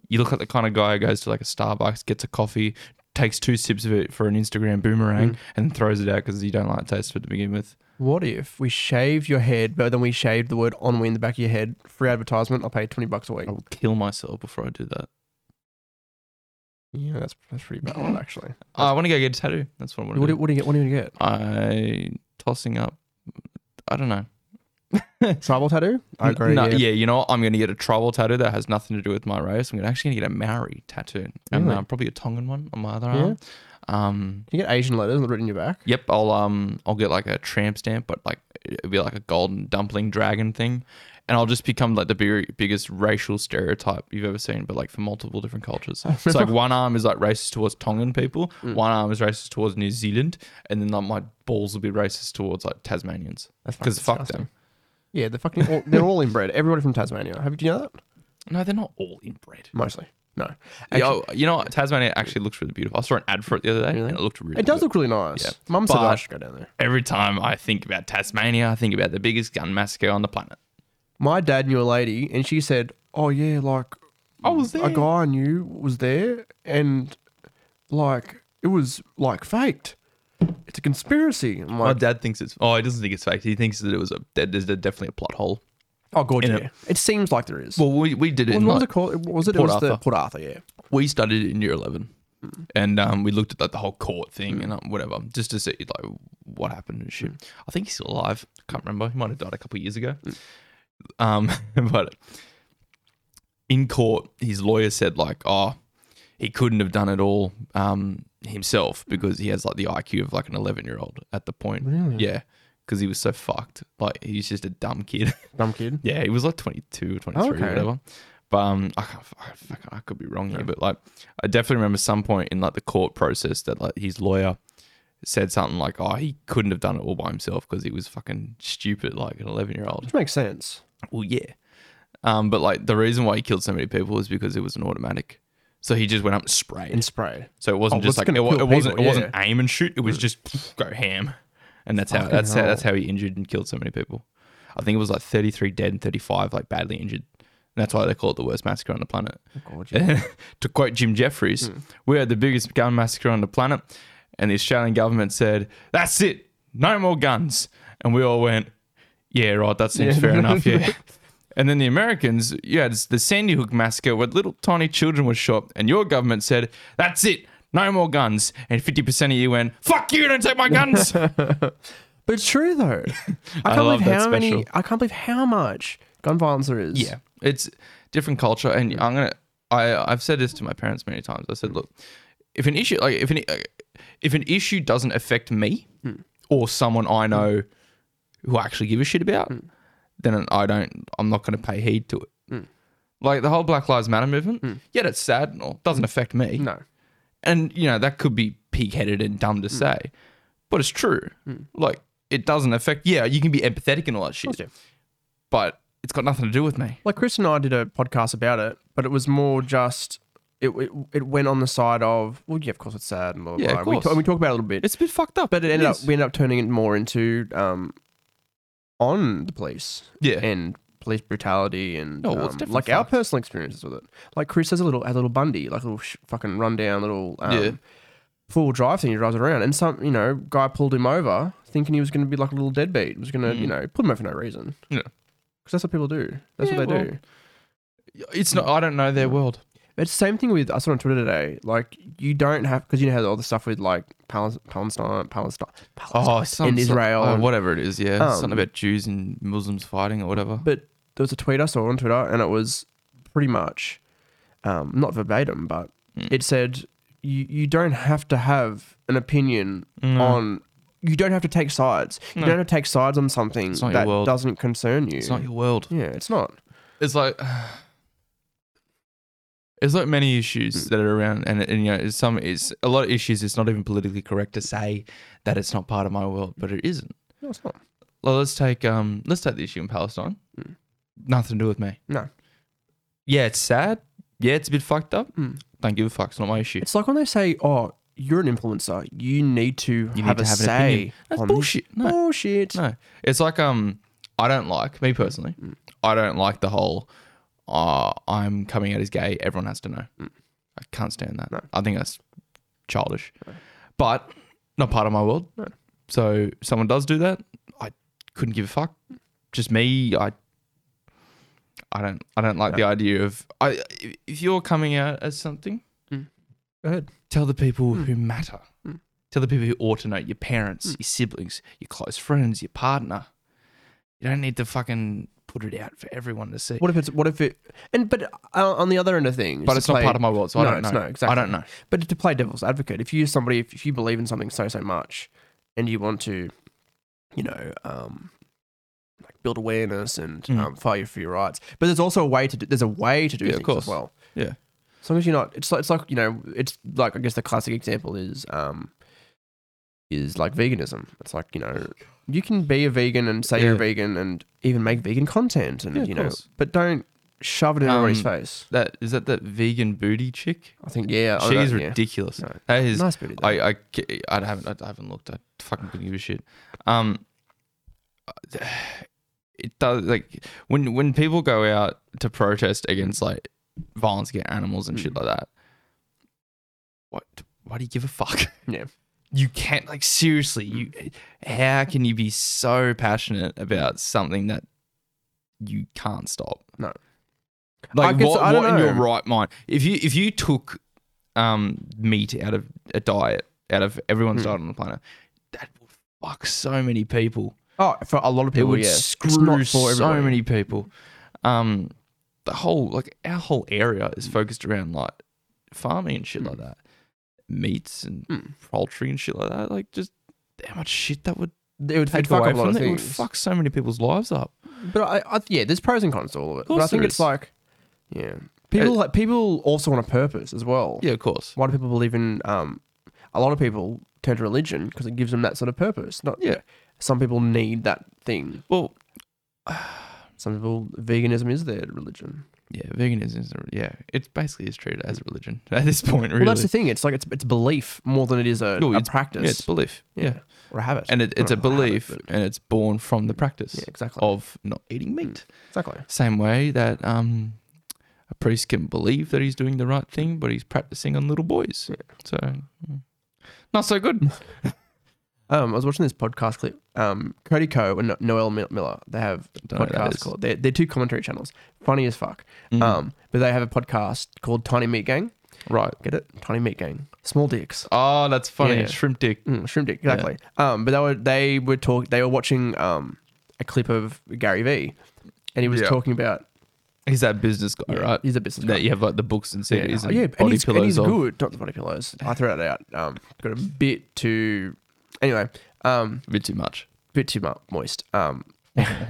Speaker 2: You look like the kind of guy who goes to like a Starbucks, gets a coffee, takes two sips of it for an Instagram boomerang, and throws it out because you don't like the taste of it to begin with.
Speaker 1: What if we shave your head, but then we shave the word Onwe in the back of your head? Free advertisement. I'll pay twenty bucks a week.
Speaker 2: I will kill myself before I do that.
Speaker 1: Yeah, that's that's pretty bad actually.
Speaker 2: Oh, I want to go get a tattoo. That's what I want to
Speaker 1: What
Speaker 2: do.
Speaker 1: do, what do you get? What do you get?
Speaker 2: I tossing up. I don't know.
Speaker 1: Tribal tattoo? I
Speaker 2: N-
Speaker 1: agree.
Speaker 2: no,
Speaker 1: yeah.
Speaker 2: yeah. you know what? I'm going to get a tribal tattoo that has nothing to do with my race. I'm gonna actually going to get a Maori tattoo and
Speaker 1: Really?
Speaker 2: uh, probably a Tongan one on my other
Speaker 1: Yeah.
Speaker 2: arm. Um,
Speaker 1: You get Asian letters written in your back.
Speaker 2: yep, I'll um, I'll get like a tramp stamp, but like it'll be like a golden dumpling dragon thing, and I'll just become like the big, biggest racial stereotype you've ever seen, but like for multiple different cultures. It's like one arm is like racist towards Tongan people,
Speaker 1: Mm.
Speaker 2: one arm is racist towards New Zealand, and then like my balls will be racist towards like Tasmanians
Speaker 1: That's fucking
Speaker 2: because fuck
Speaker 1: disgusting.
Speaker 2: them.
Speaker 1: Yeah, they're fucking all, they're all inbred. Everybody from Tasmania. Have you do you know that?
Speaker 2: No, they're not all inbred.
Speaker 1: Mostly. No.
Speaker 2: Yeah, oh, you know, what? Tasmania actually looks really beautiful. I saw an ad for it the other day, and it looked really.
Speaker 1: It does
Speaker 2: good.
Speaker 1: look really nice. Mum said I
Speaker 2: But-
Speaker 1: should go down there.
Speaker 2: Every time I think about Tasmania, I think about the biggest gun massacre on the planet.
Speaker 1: My dad knew a lady, and she said, "Oh yeah, like
Speaker 2: I was
Speaker 1: a guy I knew was there, and like it was like faked. It's a conspiracy." I'm
Speaker 2: My
Speaker 1: like,
Speaker 2: dad thinks it's. Oh, he doesn't think it's fake. He thinks that it was a. That there's definitely a plot hole.
Speaker 1: "Oh god,
Speaker 2: in
Speaker 1: yeah."
Speaker 2: a-
Speaker 1: It. seems like there is.
Speaker 2: Well, we, we did it. in
Speaker 1: what was
Speaker 2: like,
Speaker 1: it called? It- what Was it?
Speaker 2: Port
Speaker 1: it was the
Speaker 2: Arthur.
Speaker 1: Port Arthur, yeah.
Speaker 2: we studied it in year eleven, and um, we looked at like the whole court thing and um, whatever, just to see like what happened and shit. I think he's still alive. Can't remember. He might have died a couple of years ago. Um, but in court, his lawyer said like, "Oh, he couldn't have done it all um, himself because he has like the IQ of like an eleven-year-old at the point."
Speaker 1: Really?
Speaker 2: Yeah, because he was so fucked. Like he's just a dumb kid.
Speaker 1: Dumb kid.
Speaker 2: Yeah, he was like 22 or 23
Speaker 1: Oh, Okay.
Speaker 2: or whatever. But um, I, can't, I, fuck, I could be wrong here, but like, I definitely remember some point in like the court process that like his lawyer said something like, "Oh, he couldn't have done it all by himself because he was fucking stupid, like an 11 year old."
Speaker 1: Which makes sense.
Speaker 2: Well, yeah. Um, but like the reason why he killed so many people is because it was an automatic. So he just went up and sprayed.
Speaker 1: And sprayed.
Speaker 2: So it
Speaker 1: Oh,
Speaker 2: wasn't just
Speaker 1: that's
Speaker 2: like it,
Speaker 1: gonna
Speaker 2: wa-
Speaker 1: kill
Speaker 2: it wasn't
Speaker 1: people, Mm.
Speaker 2: it wasn't aim and shoot. It was just go ham, and that's how
Speaker 1: Fucking
Speaker 2: that's how,
Speaker 1: hell.
Speaker 2: that's how he injured and killed so many people. I think it was like thirty three dead and thirty five like badly injured. And that's why they call it the worst massacre on the planet.
Speaker 1: Oh, God, Hmm.
Speaker 2: to quote Jim Jeffries, we had the biggest gun massacre on the planet, and the Australian government said, "That's it, no more guns," and we all went, "Yeah, right, that seems
Speaker 1: Yeah.
Speaker 2: fair enough." Yeah. And then the Americans, yeah, it's the Sandy Hook massacre where little tiny children were shot, and your government said, "That's it, no more guns," and fifty percent of you went, "Fuck you, don't take my guns."
Speaker 1: But it's true though. I can't
Speaker 2: love
Speaker 1: believe
Speaker 2: that
Speaker 1: how many.
Speaker 2: special.
Speaker 1: I can't believe how much gun violence there is.
Speaker 2: Yeah, it's different culture, and I'm gonna. I I've said this to my parents many times. I said, look, if an issue like if an if an issue doesn't affect me or someone I know who I actually give a shit about, then I don't. I'm not gonna pay heed to it. Like the whole Black Lives Matter movement, yet it's sad and all doesn't affect me.
Speaker 1: No.
Speaker 2: And you know that could be pig-headed and dumb to say, but it's true. Like it doesn't affect. Yeah, you can be empathetic and all that shit,
Speaker 1: Sure.
Speaker 2: but it's got nothing to do with me.
Speaker 1: Like Chris and I did a podcast about it, but it was more just it it, it went on the side of well, yeah, of course it's sad and blah blah.
Speaker 2: Yeah,
Speaker 1: blah.
Speaker 2: of
Speaker 1: We,
Speaker 2: course.
Speaker 1: ta- we talk about it a little bit,
Speaker 2: It's a bit fucked up,
Speaker 1: but it ended up we ended up turning it more into um on the police
Speaker 2: yeah,
Speaker 1: and police brutality and
Speaker 2: No, well, it's
Speaker 1: um,
Speaker 2: definitely
Speaker 1: like our
Speaker 2: fucked.
Speaker 1: personal experiences with it. Like Chris has a little has a little Bundy, like a little sh- fucking rundown little um,
Speaker 2: Yeah.
Speaker 1: full drive thing. He drives it around, and some you know guy pulled him over thinking he was going to be like a little deadbeat, was going to you know pull him over for no reason.
Speaker 2: Mm. Yeah.
Speaker 1: because that's what people do. That's
Speaker 2: Yeah,
Speaker 1: what they
Speaker 2: well-
Speaker 1: do.
Speaker 2: it's not. I don't know their world.
Speaker 1: It's the same thing with I saw on Twitter today. Like you don't have because you know how all the stuff with like Palestine, Palestine, Palestine.
Speaker 2: Oh, some,
Speaker 1: in Israel
Speaker 2: oh,
Speaker 1: and-
Speaker 2: whatever it is. Yeah,
Speaker 1: Um,
Speaker 2: something about Jews and Muslims fighting or whatever.
Speaker 1: But there was a tweet I saw on Twitter, and it was pretty much um, not verbatim, but
Speaker 2: Hmm.
Speaker 1: it said you you don't have to have an opinion
Speaker 2: Hmm.
Speaker 1: on. You don't have to take sides. You don't have to take sides on something
Speaker 2: not your
Speaker 1: that
Speaker 2: world.
Speaker 1: doesn't concern you.
Speaker 2: It's not your world.
Speaker 1: yeah, it's not.
Speaker 2: It's like it's like many
Speaker 1: Hmm.
Speaker 2: issues that are around, and, and you know, it's some it's a lot of issues. It's not even politically correct to say that it's not part of my world, but it isn't.
Speaker 1: No, it's not.
Speaker 2: Well, let's take um, let's take the issue in Palestine.
Speaker 1: Mm.
Speaker 2: Nothing to do with me.
Speaker 1: No.
Speaker 2: Yeah, it's sad. Yeah, it's a bit fucked up.
Speaker 1: Mm.
Speaker 2: Don't give a fuck. It's not my issue.
Speaker 1: It's like when they say, "Oh, you're an influencer. You need to
Speaker 2: You
Speaker 1: have a
Speaker 2: need to have an
Speaker 1: say."
Speaker 2: opinion. That's
Speaker 1: on this."
Speaker 2: bullshit. No,
Speaker 1: Bullshit.
Speaker 2: No, it's like um, I don't like me personally.
Speaker 1: Mm.
Speaker 2: I don't like the whole uh, I'm coming out as gay. Everyone has to know.
Speaker 1: Mm.
Speaker 2: I can't stand that.
Speaker 1: No.
Speaker 2: I think that's childish, but not part of my world.
Speaker 1: No.
Speaker 2: So if someone does do that. I couldn't give a fuck. Just me. I. I don't. I don't like
Speaker 1: No.
Speaker 2: the idea of. I. If you're coming out as something,
Speaker 1: Go ahead.
Speaker 2: Tell the people
Speaker 1: Mm.
Speaker 2: who matter.
Speaker 1: Mm.
Speaker 2: Tell the people who ought to know your parents,
Speaker 1: Mm.
Speaker 2: your siblings, your close friends, your partner. You don't need to fucking put it out for everyone to see.
Speaker 1: What if it's what if it and but uh, on the other end of things,
Speaker 2: but it's not part of my world, so
Speaker 1: No,
Speaker 2: I don't know.
Speaker 1: it's not, exactly.
Speaker 2: I don't know.
Speaker 1: But to play devil's advocate, if you somebody if, if you believe in something so so much, and you want to, you know, um, like build awareness and
Speaker 2: Mm.
Speaker 1: um, fight for your rights, but there's also a way to do, there's a way to do
Speaker 2: Yeah, of
Speaker 1: things
Speaker 2: course.
Speaker 1: as well.
Speaker 2: Yeah.
Speaker 1: As long as you're not, it's like, it's like you know, it's like I guess the classic example is um, is like veganism. It's like you know, you can be a vegan and say you're a
Speaker 2: Yeah.
Speaker 1: vegan and even make vegan content and
Speaker 2: Yeah, of
Speaker 1: you know,
Speaker 2: course.
Speaker 1: but don't shove it in everybody's
Speaker 2: Um,
Speaker 1: face.
Speaker 2: That is that that vegan booty chick.
Speaker 1: I think yeah, I
Speaker 2: She's
Speaker 1: don't- yeah.
Speaker 2: ridiculous.
Speaker 1: No.
Speaker 2: That is.
Speaker 1: Nice booty. though.
Speaker 2: I, I ca- I haven't I haven't looked. I fucking couldn't give a shit. Um, it does like when when people go out to protest against like violence against animals and shit
Speaker 1: Mm.
Speaker 2: like that. What? Why do you give a fuck?
Speaker 1: Yeah.
Speaker 2: You can't like seriously. You how can you be so passionate about something that you can't stop?
Speaker 1: No.
Speaker 2: Like
Speaker 1: I guess-
Speaker 2: what,
Speaker 1: I don't
Speaker 2: what in your
Speaker 1: know.
Speaker 2: right mind? If you if you took um meat out of a diet out of everyone's
Speaker 1: Mm.
Speaker 2: diet on the planet, that would fuck so many people.
Speaker 1: Oh, for a lot of people,
Speaker 2: it would
Speaker 1: yeah.
Speaker 2: screw
Speaker 1: it's not for
Speaker 2: so
Speaker 1: everybody.
Speaker 2: many people. Um, the whole like our whole area is focused around like farming and shit
Speaker 1: Mm.
Speaker 2: like that, meats and
Speaker 1: Mm.
Speaker 2: poultry and shit like that. Like just how much shit that would
Speaker 1: It would
Speaker 2: take
Speaker 1: fuck
Speaker 2: away
Speaker 1: up a lot of
Speaker 2: from it. It would
Speaker 1: things.
Speaker 2: fuck so many people's lives up.
Speaker 1: But I, I, yeah, there's pros and cons to all of it. But I
Speaker 2: course
Speaker 1: think
Speaker 2: there
Speaker 1: it's
Speaker 2: is.
Speaker 1: like, yeah, people like people also want a purpose as well.
Speaker 2: Yeah, of course.
Speaker 1: Why do people believe in? Um, a lot of people turn to religion because it gives them that sort of purpose. Not
Speaker 2: Yeah.
Speaker 1: Some people need that thing.
Speaker 2: Well,
Speaker 1: Some people veganism is their religion.
Speaker 2: yeah, veganism is a, yeah, it basically is treated as a religion at this point.
Speaker 1: Hmm.
Speaker 2: Really,
Speaker 1: Well, that's the thing. It's like it's it's belief more than it is a,
Speaker 2: Oh,
Speaker 1: a
Speaker 2: it's-
Speaker 1: practice
Speaker 2: yeah, it's belief. Yeah,
Speaker 1: Yeah. or a habit.
Speaker 2: and it,
Speaker 1: I
Speaker 2: it's a
Speaker 1: don't know how to
Speaker 2: belief,
Speaker 1: put it.
Speaker 2: and it's born from the practice
Speaker 1: yeah, exactly. Mm.
Speaker 2: of not eating meat.
Speaker 1: Exactly.
Speaker 2: Same way that um, a priest can believe that he's doing the right thing, but he's practicing on little boys.
Speaker 1: Yeah.
Speaker 2: So, mm, not so good.
Speaker 1: Um, I was watching this podcast clip. Um, Cody Co and No- Noel Mi- Miller. They have
Speaker 2: Don't know who that
Speaker 1: podcast
Speaker 2: is.
Speaker 1: called. They're, they're two commentary channels. Funny as fuck.
Speaker 2: Mm.
Speaker 1: Um, but they have a podcast called Tiny Meat Gang.
Speaker 2: right.
Speaker 1: Get it? Tiny Meat Gang. Small dicks.
Speaker 2: Oh, that's funny.
Speaker 1: Yeah.
Speaker 2: Shrimp dick.
Speaker 1: Mm, shrimp dick. Exactly. Um, but they were they were talk they were watching um a clip of Gary Vee, and he was
Speaker 2: Yeah.
Speaker 1: talking about
Speaker 2: He's that business guy,
Speaker 1: yeah,
Speaker 2: right?
Speaker 1: He's a business guy.
Speaker 2: That you have like the books and
Speaker 1: yeah,
Speaker 2: CDs
Speaker 1: Oh,
Speaker 2: and
Speaker 1: yeah, and
Speaker 2: body
Speaker 1: he's, and
Speaker 2: pillows
Speaker 1: he's
Speaker 2: of.
Speaker 1: good. Not the body pillows. I threw it out. Um, got a bit too. Anyway, um,
Speaker 2: A bit too much.
Speaker 1: bit too mu- moist. Um,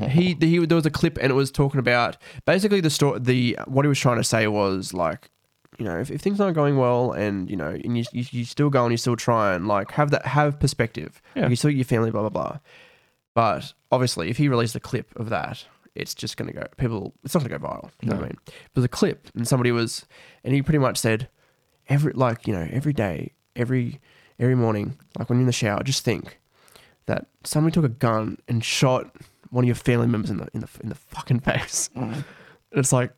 Speaker 1: he he there was a clip and it was talking about basically the story. The what he was trying to say was like, you know, if, if things aren't going well and you know, and you, you you still go and you still try and like have that have perspective.
Speaker 2: Yeah.
Speaker 1: You still get your family, blah blah blah. But obviously, if he released a clip of that, it's just gonna go people. It's not gonna go viral. You know what I
Speaker 2: No.
Speaker 1: mean? It was a clip and somebody was, and he pretty much said, every like you know every day every every morning like when you're in the shower just think that somebody took a gun and shot one of your family members in the in the in the fucking face
Speaker 2: Mm.
Speaker 1: and it's like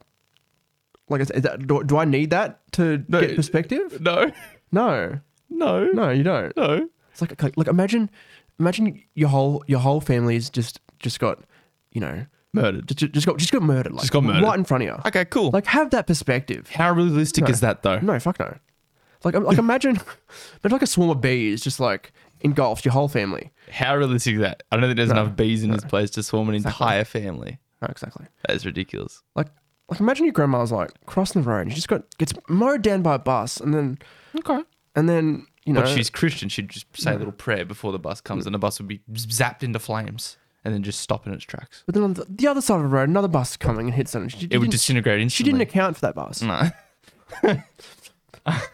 Speaker 1: like is is that, do, do I need that to
Speaker 2: No,
Speaker 1: get
Speaker 2: it-
Speaker 1: perspective
Speaker 2: No,
Speaker 1: no
Speaker 2: no,
Speaker 1: no you don't
Speaker 2: no.
Speaker 1: it's like, like like imagine imagine your whole your whole family's just just got you know
Speaker 2: Murdered.
Speaker 1: just just got just got murdered like
Speaker 2: Just got murdered.
Speaker 1: right in front of you
Speaker 2: Okay, cool.
Speaker 1: like have that perspective
Speaker 2: How realistic
Speaker 1: No.
Speaker 2: is that though?
Speaker 1: No, fuck no. Like, um, like imagine, imagine like a swarm of bees just like engulfed your whole family.
Speaker 2: How realistic is that? I don't think there's
Speaker 1: No,
Speaker 2: enough bees in this place to swarm an entire family.
Speaker 1: No, exactly.
Speaker 2: That is ridiculous.
Speaker 1: Like, like imagine your grandma's like crossing the road and she just got gets mowed down by a bus, and then
Speaker 2: Okay.
Speaker 1: and then you know
Speaker 2: But she's Christian. She'd just say a little prayer before the bus
Speaker 1: Mm.
Speaker 2: comes, and the bus would be zapped into flames and then just stop in its tracks.
Speaker 1: But then on the, the other side of the road, another bus is coming and hits them. and She,
Speaker 2: It would
Speaker 1: didn't-
Speaker 2: disintegrate Mm.
Speaker 1: She
Speaker 2: instantly.
Speaker 1: didn't account for that bus.
Speaker 2: No.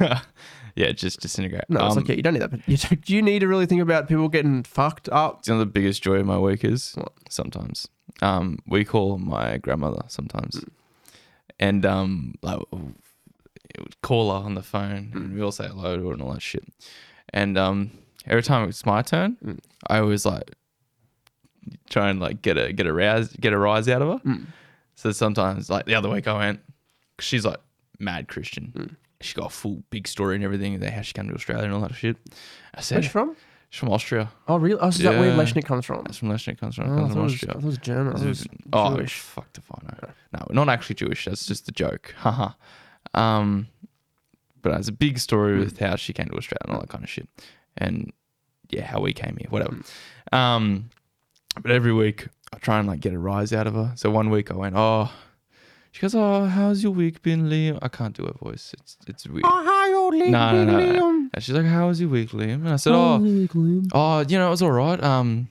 Speaker 2: yeah, it just disintegrate.
Speaker 1: No, it's
Speaker 2: Um,
Speaker 1: like yeah, you don't need that. But you, do- do you need to really think about people getting fucked up?
Speaker 2: Do you know the biggest joy of my week is
Speaker 1: What?
Speaker 2: sometimes. Um, we call my grandmother sometimes,
Speaker 1: Hmm.
Speaker 2: and um, like w- it would call her on the phone,
Speaker 1: Hmm.
Speaker 2: and we all say hello to her and all that shit. And um, every time it's my turn,
Speaker 1: Mm.
Speaker 2: I always like try and like get a get a rouse get a rise out of her.
Speaker 1: Mm.
Speaker 2: So sometimes, like the other week, I went 'cause she's like mad Christian.
Speaker 1: Hmm.
Speaker 2: She got a full big story and everything about how she came to Australia and all that shit. I said
Speaker 1: Where's she from?
Speaker 2: she's from Austria.
Speaker 1: Oh, really? Oh, so is that where
Speaker 2: Yeah.
Speaker 1: Leshnik comes from?
Speaker 2: That's from Leshnik comes from.
Speaker 1: Oh, I
Speaker 2: comes
Speaker 1: thought it
Speaker 2: from
Speaker 1: was, I
Speaker 2: Austria.
Speaker 1: thought it was German. I thought it was
Speaker 2: oh,
Speaker 1: Jewish.
Speaker 2: fuck if I know. No, we're not actually Jewish. That's just a joke. Haha. um, but it's a big story with how she came to Australia and all that kind of shit, and yeah, how we came here, whatever. Um, but every week I try and like get a rise out of her. So one week I went, oh, she goes, oh, how's your week been, Liam? I can't do her voice. It's it's weird.
Speaker 1: Oh, hi, old lady,
Speaker 2: no, no, no, no. And she's like, how was your week, Liam? And I said, oh, Oh, you know, it was all right. Um,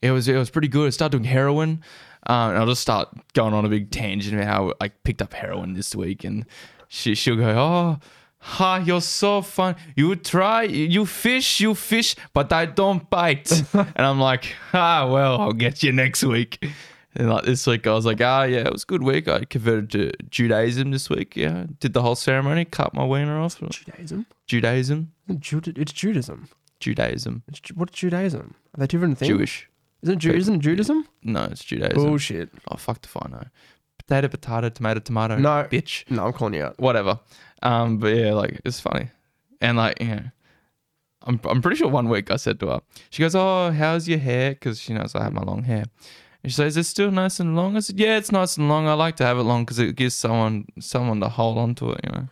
Speaker 2: it was it was pretty good. I started doing heroin. Um, and I'll just start going on a big tangent about how I picked up heroin this week, and she she'll go, oh. Ha, you're so fun. You try, you fish, you fish, but I don't bite. and I'm like, ah, well, I'll get you next week. And like this week, I was like, ah, yeah, it was a good week. I converted to Judaism this week. Yeah, did the whole ceremony, cut my wiener off.
Speaker 1: Judaism?
Speaker 2: Judaism,
Speaker 1: Juda- It's Judaism.
Speaker 2: Judaism,
Speaker 1: It's Ju- what's Judaism? Are they two different things?
Speaker 2: Jewish.
Speaker 1: Isn't, Ju- isn't Judaism?
Speaker 2: No, it's Judaism.
Speaker 1: Bullshit.
Speaker 2: Oh fuck if I know. Potato, potato, tomato, tomato.
Speaker 1: No.
Speaker 2: bitch.
Speaker 1: No, I'm calling you out.
Speaker 2: Whatever. Um, but yeah, like it's funny, and like you know, I'm I'm pretty sure one week I said to her, she goes, "Oh, how's your hair?" Because she knows I have my long hair. And she says, "Is it still nice and long?" I said, "Yeah, it's nice and long. I like to have it long because it gives someone someone to hold on to it, you know."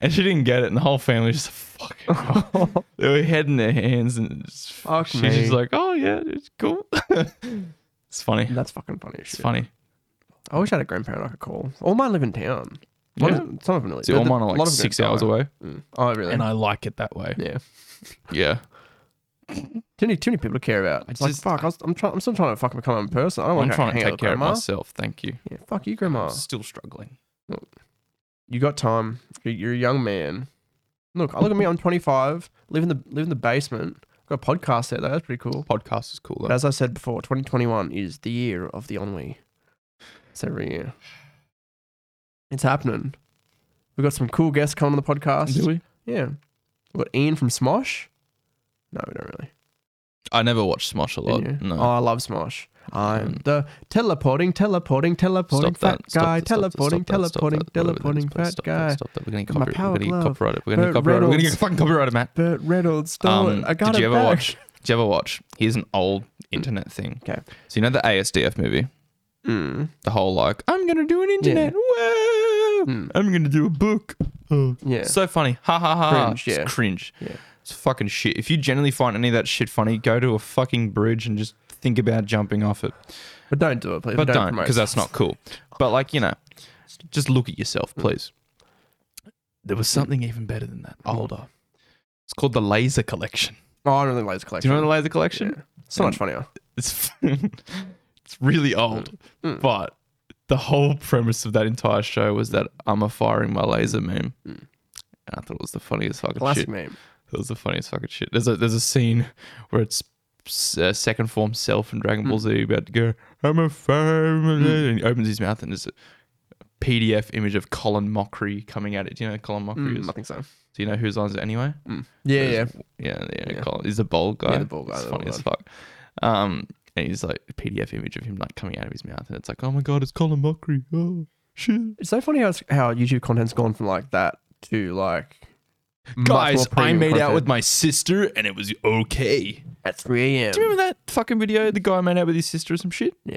Speaker 2: And she didn't get it, and the whole family was just fucking. they were head in their hands, and just,
Speaker 1: Fuck
Speaker 2: she's
Speaker 1: me.
Speaker 2: just like, "Oh yeah, it's cool." it's funny.
Speaker 1: That's fucking funny as
Speaker 2: It's
Speaker 1: shit.
Speaker 2: funny.
Speaker 1: I wish I had a grandparent I could call. All mine live in town. A lot
Speaker 2: Yeah.
Speaker 1: of- some of them really.
Speaker 2: See, all mine are like six hours away.
Speaker 1: Mm. Oh, really?
Speaker 2: I like it that way.
Speaker 1: yeah.
Speaker 2: Yeah.
Speaker 1: Too many, too many people to care about. It's
Speaker 2: just-
Speaker 1: like fuck. I was, I'm trying. I'm still trying to fucking become my own person. I don't
Speaker 2: I'm
Speaker 1: want
Speaker 2: trying to
Speaker 1: hang out
Speaker 2: take
Speaker 1: with
Speaker 2: care of
Speaker 1: grandma. Oh.
Speaker 2: myself. Thank you.
Speaker 1: Yeah, fuck you, grandma.
Speaker 2: Still struggling.
Speaker 1: You got time. You're, you're a young man. Look, I look at me. I'm 25. Live in the live in the basement. Got a podcast out there. That's pretty cool.
Speaker 2: Podcast is cool
Speaker 1: But
Speaker 2: though.
Speaker 1: as I said before, 2021 is the year of the ennui. It's every year. It's happening. We've got some cool guests coming on the podcast.
Speaker 2: we?
Speaker 1: Yeah. We've got Ian from Smosh. No, we don't really.
Speaker 2: I never watched Smosh a lot.
Speaker 1: Did you?
Speaker 2: No.
Speaker 1: Oh, I love Smosh. I'm
Speaker 2: Mm.
Speaker 1: the teleporting, teleporting, teleporting
Speaker 2: Stop
Speaker 1: fat
Speaker 2: that. Stop
Speaker 1: guy,
Speaker 2: that. Stop that.
Speaker 1: teleporting,
Speaker 2: Stop that. Stop
Speaker 1: teleporting,
Speaker 2: that.
Speaker 1: teleporting
Speaker 2: Stop that.
Speaker 1: fat
Speaker 2: Stop that.
Speaker 1: guy.
Speaker 2: Stop that. We're going to
Speaker 1: My
Speaker 2: get
Speaker 1: power
Speaker 2: copyrighted. We're going
Speaker 1: glove. Burt
Speaker 2: to get copyrighted. We're going to get copyrighted. We're going to
Speaker 1: Reynolds.
Speaker 2: get fucking copyrighted, Matt.
Speaker 1: Burt Reynolds stole
Speaker 2: Um,
Speaker 1: it. I got
Speaker 2: did you
Speaker 1: it
Speaker 2: ever
Speaker 1: back.
Speaker 2: watch? Did you ever watch? Here's an old internet thing.
Speaker 1: Okay.
Speaker 2: So you know the ASDF movie,
Speaker 1: Mm.
Speaker 2: the whole like I'm gonna do an internet. Whoa!
Speaker 1: Mm.
Speaker 2: I'm gonna do a book. Oh.
Speaker 1: Yeah.
Speaker 2: So funny. Ha ha ha.
Speaker 1: Cringe, yeah.
Speaker 2: It's cringe.
Speaker 1: Yeah.
Speaker 2: It's fucking shit. If you generally find any of that shit funny, go to a fucking bridge and just think about jumping off it.
Speaker 1: But don't do it, please.
Speaker 2: But don't,
Speaker 1: promote
Speaker 2: because that's not cool. But like, you know, just look at yourself,
Speaker 1: Mm.
Speaker 2: please. There was something even better than that.
Speaker 1: Mm.
Speaker 2: Older. It's called the Laser Collection.
Speaker 1: Oh, I don't really like this
Speaker 2: Do
Speaker 1: collection.
Speaker 2: you remember the Laser Collection?
Speaker 1: so much funnier.
Speaker 2: It's it's really old,
Speaker 1: Mm.
Speaker 2: but the whole premise of that entire show was that I'm a firing my laser meme.
Speaker 1: Mm.
Speaker 2: And I thought it was the funniest fucking
Speaker 1: Classic
Speaker 2: shit.
Speaker 1: meme.
Speaker 2: That was the funniest fucking shit. There's a there's a scene where it's s- uh, second form self in Dragon Ball
Speaker 1: Hmm.
Speaker 2: Z about to go. I'm a fireman, and he opens his mouth and there's a PDF image of Colin Mockery coming at it. Do you know who Colin Mockery
Speaker 1: Mm,
Speaker 2: is?
Speaker 1: I think so. Mm.
Speaker 2: Do you know who's on it anyway?
Speaker 1: Yeah,
Speaker 2: There's-
Speaker 1: yeah.
Speaker 2: yeah, yeah,
Speaker 1: Yeah.
Speaker 2: Colin. He's the bald guy.
Speaker 1: Yeah, the bald guy,
Speaker 2: It's
Speaker 1: the
Speaker 2: funny
Speaker 1: bald
Speaker 2: as fuck. Um, and he's like a PDF image of him like coming out of his mouth, and it's like, oh my god, it's Colin Mockery. Oh shit.
Speaker 1: It's so funny how, it's- how YouTube content's gone from like that to like. much more
Speaker 2: Guys, I
Speaker 1: premium
Speaker 2: made out
Speaker 1: content.
Speaker 2: with my sister, and it was okay.
Speaker 1: at 3 a.m.
Speaker 2: Do you remember that fucking video? The guy made out with his sister or some shit.
Speaker 1: Yeah.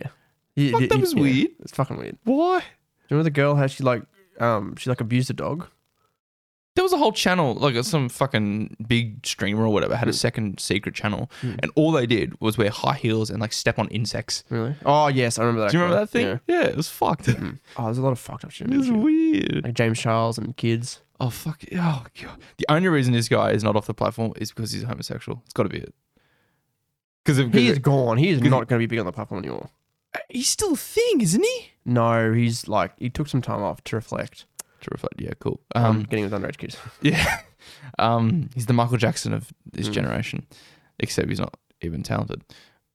Speaker 1: Yeah,
Speaker 2: Fuck,
Speaker 1: yeah,
Speaker 2: that was
Speaker 1: yeah.
Speaker 2: weird.
Speaker 1: It's fucking weird.
Speaker 2: Why?
Speaker 1: Do you remember the girl how she like um she like abused a dog?
Speaker 2: There was a whole channel, like uh, some fucking big streamer or whatever, had a second secret channel, and all they did was wear high heels and like step on insects.
Speaker 1: Really? Oh yes, I remember that.
Speaker 2: Do you remember that
Speaker 1: actually.
Speaker 2: thing? Yeah, it was fucked.
Speaker 1: Yeah. Mm. Oh, there's a lot of fucked up shit.
Speaker 2: It was
Speaker 1: isn't there?
Speaker 2: weird.
Speaker 1: Like James Charles and kids.
Speaker 2: Oh fuck! Oh god! The only reason this guy is not off the platform is because he's homosexual. It's got to be it. Because
Speaker 1: He is
Speaker 2: he's
Speaker 1: gone. He is
Speaker 2: Good.
Speaker 1: not going to be big on the platform anymore.
Speaker 2: he's still a thing, isn't he?
Speaker 1: No, he's like he took some time off to reflect
Speaker 2: To reflect, yeah, cool.
Speaker 1: on
Speaker 2: Um,
Speaker 1: getting with underage kids.
Speaker 2: yeah, um, he's the Michael Jackson of his
Speaker 1: Mm.
Speaker 2: generation, except he's not even talented.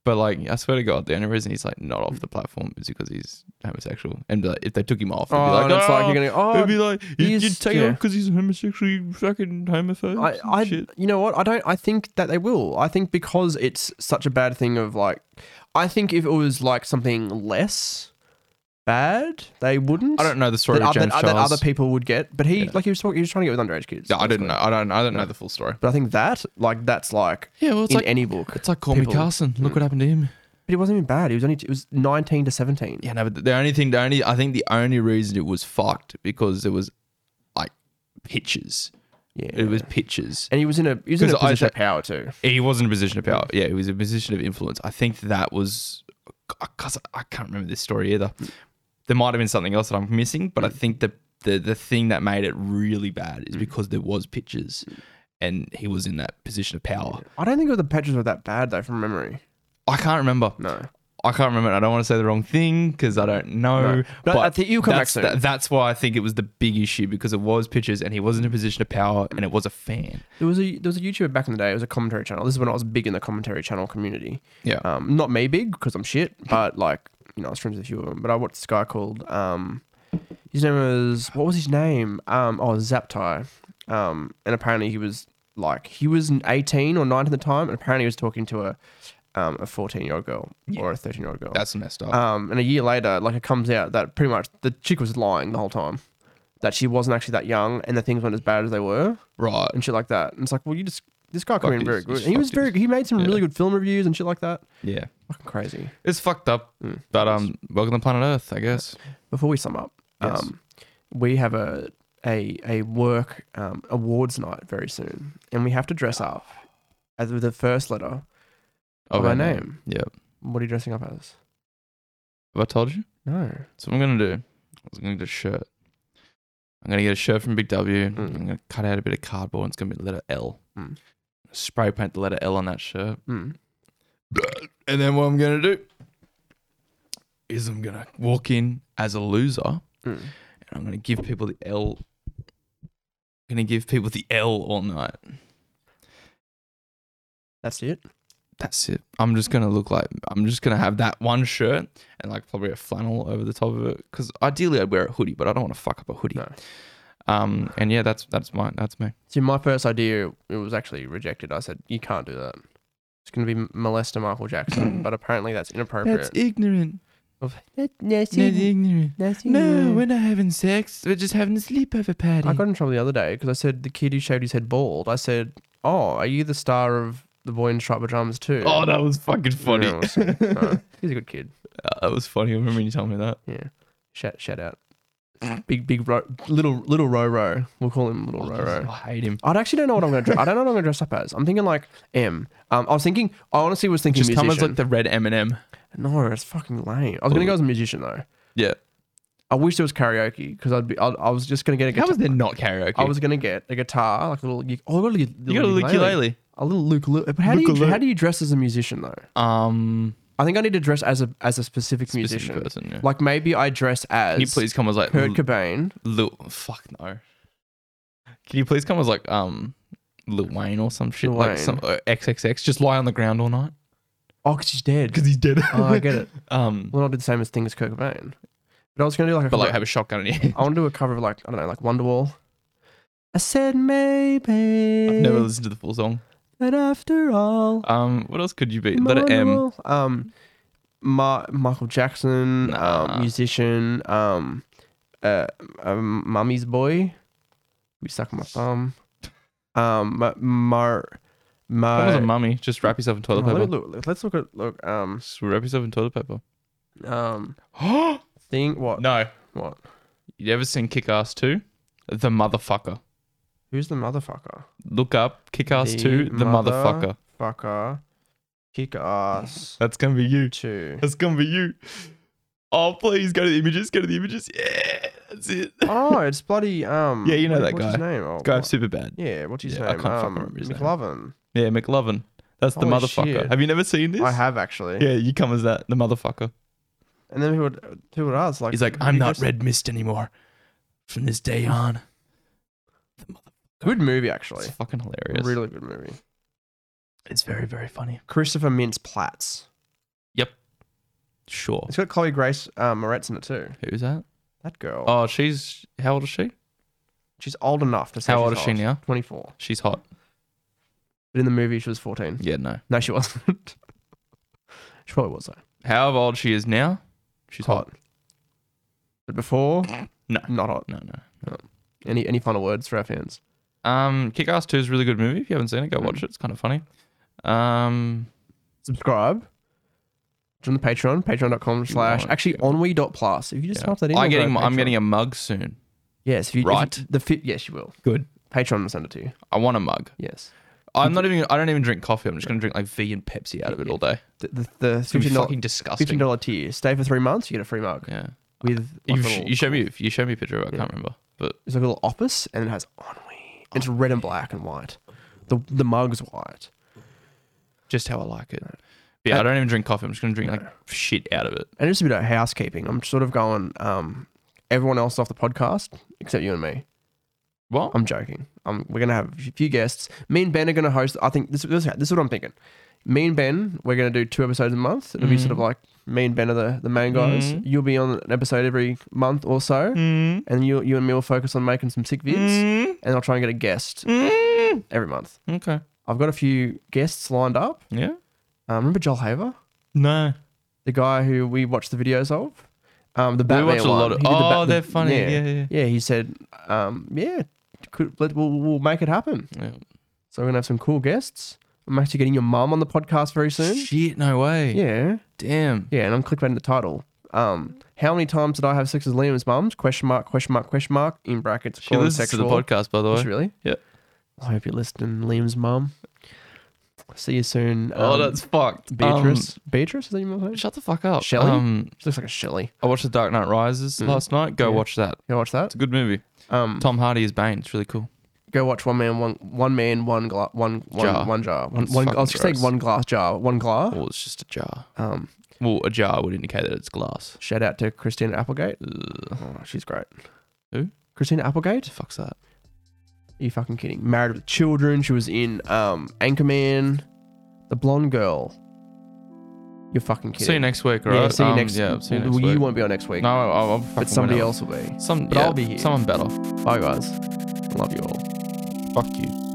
Speaker 2: But like, I swear to God, the only reason he's like not off the platform is because he's homosexual. And like, if they took him off, they'd
Speaker 1: Oh,
Speaker 2: be like,
Speaker 1: and it's like
Speaker 2: "Oh,
Speaker 1: you're gonna go,
Speaker 2: It'd
Speaker 1: oh,
Speaker 2: be like you,
Speaker 1: he's-
Speaker 2: you take it
Speaker 1: yeah.
Speaker 2: off because he's homosexual, you fucking homophobe.
Speaker 1: I, I,
Speaker 2: shit.
Speaker 1: you know what? I don't. I think that they will. I think because it's such a bad thing of like, I think if it was like something less bad, they wouldn't.
Speaker 2: I don't know the story
Speaker 1: that,
Speaker 2: of
Speaker 1: oth-
Speaker 2: James
Speaker 1: that, that
Speaker 2: Charles.
Speaker 1: other people would get. But he,
Speaker 2: Yeah.
Speaker 1: like, he was talking. He was trying to get with underage kids.
Speaker 2: yeah, I
Speaker 1: That's
Speaker 2: didn't
Speaker 1: what-
Speaker 2: know. I don't. I don't know the full story.
Speaker 1: But I think that, like, that's like
Speaker 2: Yeah, well,
Speaker 1: in any book.
Speaker 2: it's like Call
Speaker 1: people- Hmm.
Speaker 2: Carson. Look what happened to him.
Speaker 1: But it wasn't even bad. It was only it was nineteen to seventeen.
Speaker 2: Yeah, no, but the only thing, the only, I think the only reason it was fucked because there was like pictures.
Speaker 1: Yeah.
Speaker 2: It was pictures.
Speaker 1: and he was in a he was in a
Speaker 2: 'Cause I
Speaker 1: position
Speaker 2: th-
Speaker 1: of power too.
Speaker 2: He wasn't in a position of power. Yeah, he was in a position of influence. I think that was because I can't remember this story either. There might have been something else that I'm missing, but I think the the the thing that made it really bad
Speaker 1: Mm.
Speaker 2: is because there was pictures, and he was in that position of power.
Speaker 1: I don't think the pictures were that bad though, from memory.
Speaker 2: I can't remember.
Speaker 1: No.
Speaker 2: I can't remember. I don't want to say the wrong thing because I don't know.
Speaker 1: No. But I think you'll come back
Speaker 2: that's,
Speaker 1: soon.
Speaker 2: that- that's why I think it was the big issue because it was pictures and he was in a position of power and it was a fan.
Speaker 1: There was a there was a YouTuber back in the day. It was a commentary channel. This is when I was big in the commentary channel community.
Speaker 2: Yeah.
Speaker 1: Um, not me big because I'm shit, but like you know, I was friends with a few of them. But I watched this guy called um, his name was what was his name? Um, oh Zaptai. Um, and apparently he was like he was 18 or 9 at the time, and apparently he was talking to a um a 14 year old girl or a 13 year old girl.
Speaker 2: That's messed up.
Speaker 1: Um, and a year later, like it comes out that pretty much the chick was lying the whole time, that she wasn't actually that young, and the things weren't as bad as they were,
Speaker 2: right.
Speaker 1: and shit like that. And it's like, well, you just this guy
Speaker 2: Fuck
Speaker 1: came in very
Speaker 2: this,
Speaker 1: good.
Speaker 2: this
Speaker 1: And he
Speaker 2: fuck
Speaker 1: was very.
Speaker 2: this.
Speaker 1: He made some
Speaker 2: Yeah.
Speaker 1: really good film reviews and shit like that.
Speaker 2: Yeah.
Speaker 1: Fucking crazy.
Speaker 2: It's fucked up.
Speaker 1: Mm.
Speaker 2: But um, welcome to planet Earth, I guess.
Speaker 1: Before we sum up,
Speaker 2: Yes.
Speaker 1: um, we have a a a work um, awards night very soon, and we have to dress up as with the first letter of, our name.
Speaker 2: Yeah.
Speaker 1: What are you dressing up as?
Speaker 2: Have I told you?
Speaker 1: No.
Speaker 2: So what I'm gonna do. I was gonna get a shirt. I'm gonna get a shirt from Big W.
Speaker 1: Mm.
Speaker 2: I'm gonna cut out a bit of cardboard. and It's gonna be the letter L.
Speaker 1: Mm.
Speaker 2: Spray paint the letter L on that shirt.
Speaker 1: Mm.
Speaker 2: And then what I'm gonna do is I'm gonna walk in as a loser, and
Speaker 1: Mm.
Speaker 2: I'm gonna give people the L. I'm gonna give people the L all night.
Speaker 1: That's it.
Speaker 2: That's it. I'm just gonna look like I'm just gonna have that one shirt and like probably a flannel over the top of it. Because ideally I'd wear a hoodie, but I don't want to fuck up a hoodie.
Speaker 1: No.
Speaker 2: Um, and yeah, that's that's my that's me.
Speaker 1: See, my first idea, it was actually rejected. I said, you can't do that. It's going to be molester Michael Jackson, but apparently that's inappropriate.
Speaker 2: ignorant.
Speaker 1: no,
Speaker 2: ignorant. not having sex. We're just having a sleepover party.
Speaker 1: I got in trouble the other day because I said the kid who shaved his head bald. I said, oh, are you the star of The Boy in Striped Pajamas too?
Speaker 2: oh, that was fucking funny.
Speaker 1: No, it's- no, he's a good kid.
Speaker 2: Uh, that was funny. I remember when you told me that.
Speaker 1: Yeah. Shout, shout out. Big, big, ro- little, little Ro Ro. We'll call him Little Ro Ro.
Speaker 2: Oh, I hate him.
Speaker 1: I actually don't know what I'm going to dress. I don't know what I'm going to dress up as. I'm thinking like M. Um, I was thinking. I honestly was thinking
Speaker 2: Just come as
Speaker 1: musician.
Speaker 2: like the red M&M.
Speaker 1: No, it's fucking lame. I was gonna
Speaker 2: Ooh.
Speaker 1: go as a musician though.
Speaker 2: Yeah.
Speaker 1: I wish there was karaoke because I'd be. I'd, I was just gonna get a
Speaker 2: How
Speaker 1: guitar.
Speaker 2: was there not karaoke?
Speaker 1: I was gonna get a guitar, like a little. u- Oh, I got a little,
Speaker 2: you got a
Speaker 1: ukulele.
Speaker 2: ukulele.
Speaker 1: A little Luke. But how do you
Speaker 2: Ukulele.
Speaker 1: how do you dress as a musician though?
Speaker 2: Um,
Speaker 1: I think I need to dress as a as a specific,
Speaker 2: specific
Speaker 1: musician.
Speaker 2: person. Yeah.
Speaker 1: Like maybe I dress as
Speaker 2: Can you please come as like
Speaker 1: Kurt
Speaker 2: L-
Speaker 1: Cobain.
Speaker 2: Lil? Fuck no. Can you please come as like um Lil Wayne or some shit
Speaker 1: Lil
Speaker 2: like
Speaker 1: Wayne.
Speaker 2: some uh, XXX? Just lie on the ground all night
Speaker 1: Oh, because he's dead.
Speaker 2: because he's dead.
Speaker 1: oh, I get it.
Speaker 2: um,
Speaker 1: Well, I'll do the same as thing as Kurt Cobain. But I was gonna do like a Oh,
Speaker 2: but like
Speaker 1: cover-
Speaker 2: have a shotgun in your hand.
Speaker 1: I want to do a cover of like I don't know, like Wonderwall. I said maybe,
Speaker 2: I've never listened to the full song.
Speaker 1: but after all,
Speaker 2: Um, what else could you be? Letter M.
Speaker 1: Michael- Um, Ma- Michael Jackson,
Speaker 2: Nah.
Speaker 1: um, musician, um, uh, um, Mummy's Boy. We suck my thumb. Um, Mar, Mar,
Speaker 2: That was a
Speaker 1: Mar-
Speaker 2: mummy. Just wrap yourself in
Speaker 1: Oh,
Speaker 2: toilet
Speaker 1: let me
Speaker 2: paper.
Speaker 1: look, let's look at look. Um,
Speaker 2: Just wrap yourself in toilet paper.
Speaker 1: um,
Speaker 2: no.
Speaker 1: thing. What? What?
Speaker 2: You ever seen Kick Ass 2? The motherfucker.
Speaker 1: Who's the motherfucker?
Speaker 2: Look up Kick Ass
Speaker 1: The
Speaker 2: 2, the
Speaker 1: mother-
Speaker 2: motherfucker.
Speaker 1: Fucker, kick ass.
Speaker 2: That's going to be you.
Speaker 1: Two.
Speaker 2: That's going to be you. Oh, please go to the images. Go to the images. Yeah, that's it.
Speaker 1: Oh, it's bloody. Um.
Speaker 2: Yeah, you know that
Speaker 1: what's
Speaker 2: guy.
Speaker 1: His name? Oh,
Speaker 2: Guy,
Speaker 1: what-
Speaker 2: super bad.
Speaker 1: Yeah. What's his
Speaker 2: Yeah, I
Speaker 1: name?
Speaker 2: can't fucking
Speaker 1: um,
Speaker 2: remember his name.
Speaker 1: McLovin.
Speaker 2: Yeah, McLovin. That's the
Speaker 1: Holy
Speaker 2: motherfucker.
Speaker 1: shit.
Speaker 2: Have you never seen this?
Speaker 1: I have actually.
Speaker 2: Yeah, you come as that, the motherfucker.
Speaker 1: And then people would, people would ask, like,
Speaker 2: He's like,
Speaker 1: "Who
Speaker 2: I'm
Speaker 1: you
Speaker 2: not
Speaker 1: dress-"
Speaker 2: Red Mist anymore. From this day on. The motherfucker.
Speaker 1: Good movie, actually.
Speaker 2: It's fucking hilarious.
Speaker 1: Really good movie.
Speaker 2: It's very, very funny.
Speaker 1: Christopher Mintz Platts.
Speaker 2: Sure.
Speaker 1: It's got Chloe Grace uh, Moretz in it too.
Speaker 2: Who's that?
Speaker 1: That girl.
Speaker 2: Oh, she's how old is she?
Speaker 1: She's old enough to say.
Speaker 2: How
Speaker 1: she's
Speaker 2: old is she now?
Speaker 1: Twenty four.
Speaker 2: She's hot.
Speaker 1: But in the movie, she was fourteen.
Speaker 2: Yeah, no.
Speaker 1: No, she wasn't. she probably was though.
Speaker 2: How old she is now? She's hot.
Speaker 1: But before,
Speaker 2: No.
Speaker 1: not hot.
Speaker 2: No, no.
Speaker 1: Any any final words for our fans?
Speaker 2: Um, Kick Ass Two is a really good movie. If you haven't seen it, go watch it. It's kind of funny. Um,
Speaker 1: Subscribe. Join the Patreon, patreon.com slash
Speaker 2: won't,
Speaker 1: actually onwe.plus. If you just
Speaker 2: yeah.
Speaker 1: type that in,
Speaker 2: I'm
Speaker 1: it'll go
Speaker 2: getting
Speaker 1: to
Speaker 2: I'm
Speaker 1: Patreon.
Speaker 2: getting a mug soon.
Speaker 1: Yes, if you if you-
Speaker 2: Right.
Speaker 1: the fit yes you will.
Speaker 2: Good.
Speaker 1: Patreon will send it to you.
Speaker 2: I want a mug.
Speaker 1: Yes.
Speaker 2: I'm not even. I don't even drink coffee. I'm just gonna drink like vegan Pepsi out of it all day.
Speaker 1: The the, the
Speaker 2: It's gonna be
Speaker 1: fifteen dollar
Speaker 2: fucking disgusting.
Speaker 1: fifteen dollar tier. Stay for three months, you get a free mug.
Speaker 2: Yeah.
Speaker 1: With like a
Speaker 2: You, sh-
Speaker 1: little-
Speaker 2: you showed me. You showed me a picture of it. I can't remember. But
Speaker 1: It's like a little office and it has ennui. It's red and black and white. The the mug's white.
Speaker 2: just how I like it. But yeah, I don't even drink coffee. I'm just gonna drink like shit out of it.
Speaker 1: And just a bit of housekeeping. I'm sort of going, um, everyone else off the podcast except you and me.
Speaker 2: What?
Speaker 1: I'm joking. Um, we're gonna have a few guests. Me and Ben are gonna host. I think this this, this is what I'm thinking. Me and Ben, we're gonna do two episodes a month. It'll be sort
Speaker 2: Mm-hmm.
Speaker 1: of like me and Ben are the, the main guys.
Speaker 2: Mhm.
Speaker 1: You'll be on an episode every month or so,
Speaker 2: Mm.
Speaker 1: and you you and me will focus on making some sick vids.
Speaker 2: Mm.
Speaker 1: And I'll try and get a guest
Speaker 2: Mm.
Speaker 1: every month.
Speaker 2: Okay.
Speaker 1: I've got a few guests lined up.
Speaker 2: Yeah.
Speaker 1: Um, remember Joel Haver,
Speaker 2: No.
Speaker 1: the guy who we watched the videos of. Um, the
Speaker 2: We
Speaker 1: Batman
Speaker 2: watch a lot
Speaker 1: one.
Speaker 2: of.
Speaker 1: He did the
Speaker 2: Oh,
Speaker 1: Bat- the-
Speaker 2: they're funny. Yeah. Yeah. yeah.
Speaker 1: yeah. He said, um, yeah, could, let, we'll, we'll make it happen. So we're gonna have some cool guests. I'm actually getting your mum on the podcast very soon.
Speaker 2: Shit. No way.
Speaker 1: Yeah,
Speaker 2: Damn.
Speaker 1: yeah, and I'm clickbaiting the title. Um, how many times did I have sex with Liam's mums? Question mark, question mark, question mark in brackets.
Speaker 2: She
Speaker 1: colon,
Speaker 2: listens to the
Speaker 1: sexual.
Speaker 2: podcast, by the
Speaker 1: Does
Speaker 2: way.
Speaker 1: she really?
Speaker 2: Yeah.
Speaker 1: I hope you're listening, Liam's mum. See you soon.
Speaker 2: oh,
Speaker 1: um,
Speaker 2: that's fucked.
Speaker 1: Beatrice. Beatrice is that your
Speaker 2: Um,
Speaker 1: mum's name?
Speaker 2: shut the fuck up.
Speaker 1: Shelley?
Speaker 2: Um,
Speaker 1: She looks like a Shelley.
Speaker 2: I watched The Dark Knight Rises
Speaker 1: Mm.
Speaker 2: last night. Go
Speaker 1: Yeah.
Speaker 2: watch that.
Speaker 1: Go watch that.
Speaker 2: It's a good movie.
Speaker 1: Um,
Speaker 2: Tom Hardy is Bane. It's really cool.
Speaker 1: go watch one man, one one man, one gla- one one
Speaker 2: Jar.
Speaker 1: one jar. One,
Speaker 2: It's
Speaker 1: one, I
Speaker 2: fucking
Speaker 1: was just saying
Speaker 2: gross. Oh.
Speaker 1: one glass jar, one glass.
Speaker 2: Well, it's just a jar.
Speaker 1: Um,
Speaker 2: Well, a jar would indicate that it's glass.
Speaker 1: Shout out to Christina Applegate.
Speaker 2: Ugh,
Speaker 1: Oh, she's great.
Speaker 2: Who?
Speaker 1: Christina Applegate?
Speaker 2: the fuck's that?
Speaker 1: Are you fucking kidding? Married with Children. She was in um, Anchorman. The blonde girl. You're fucking kidding.
Speaker 2: See you next week, all
Speaker 1: yeah,
Speaker 2: right?
Speaker 1: see you
Speaker 2: Um,
Speaker 1: next.
Speaker 2: Yeah, see you next
Speaker 1: well,
Speaker 2: week.
Speaker 1: you won't be on next week.
Speaker 2: No, I'll, I'll fucking
Speaker 1: but somebody
Speaker 2: win it.
Speaker 1: else will be.
Speaker 2: Some,
Speaker 1: but
Speaker 2: yeah,
Speaker 1: I'll be here.
Speaker 2: Someone better.
Speaker 1: Bye guys. I love you all.
Speaker 2: Fuck you.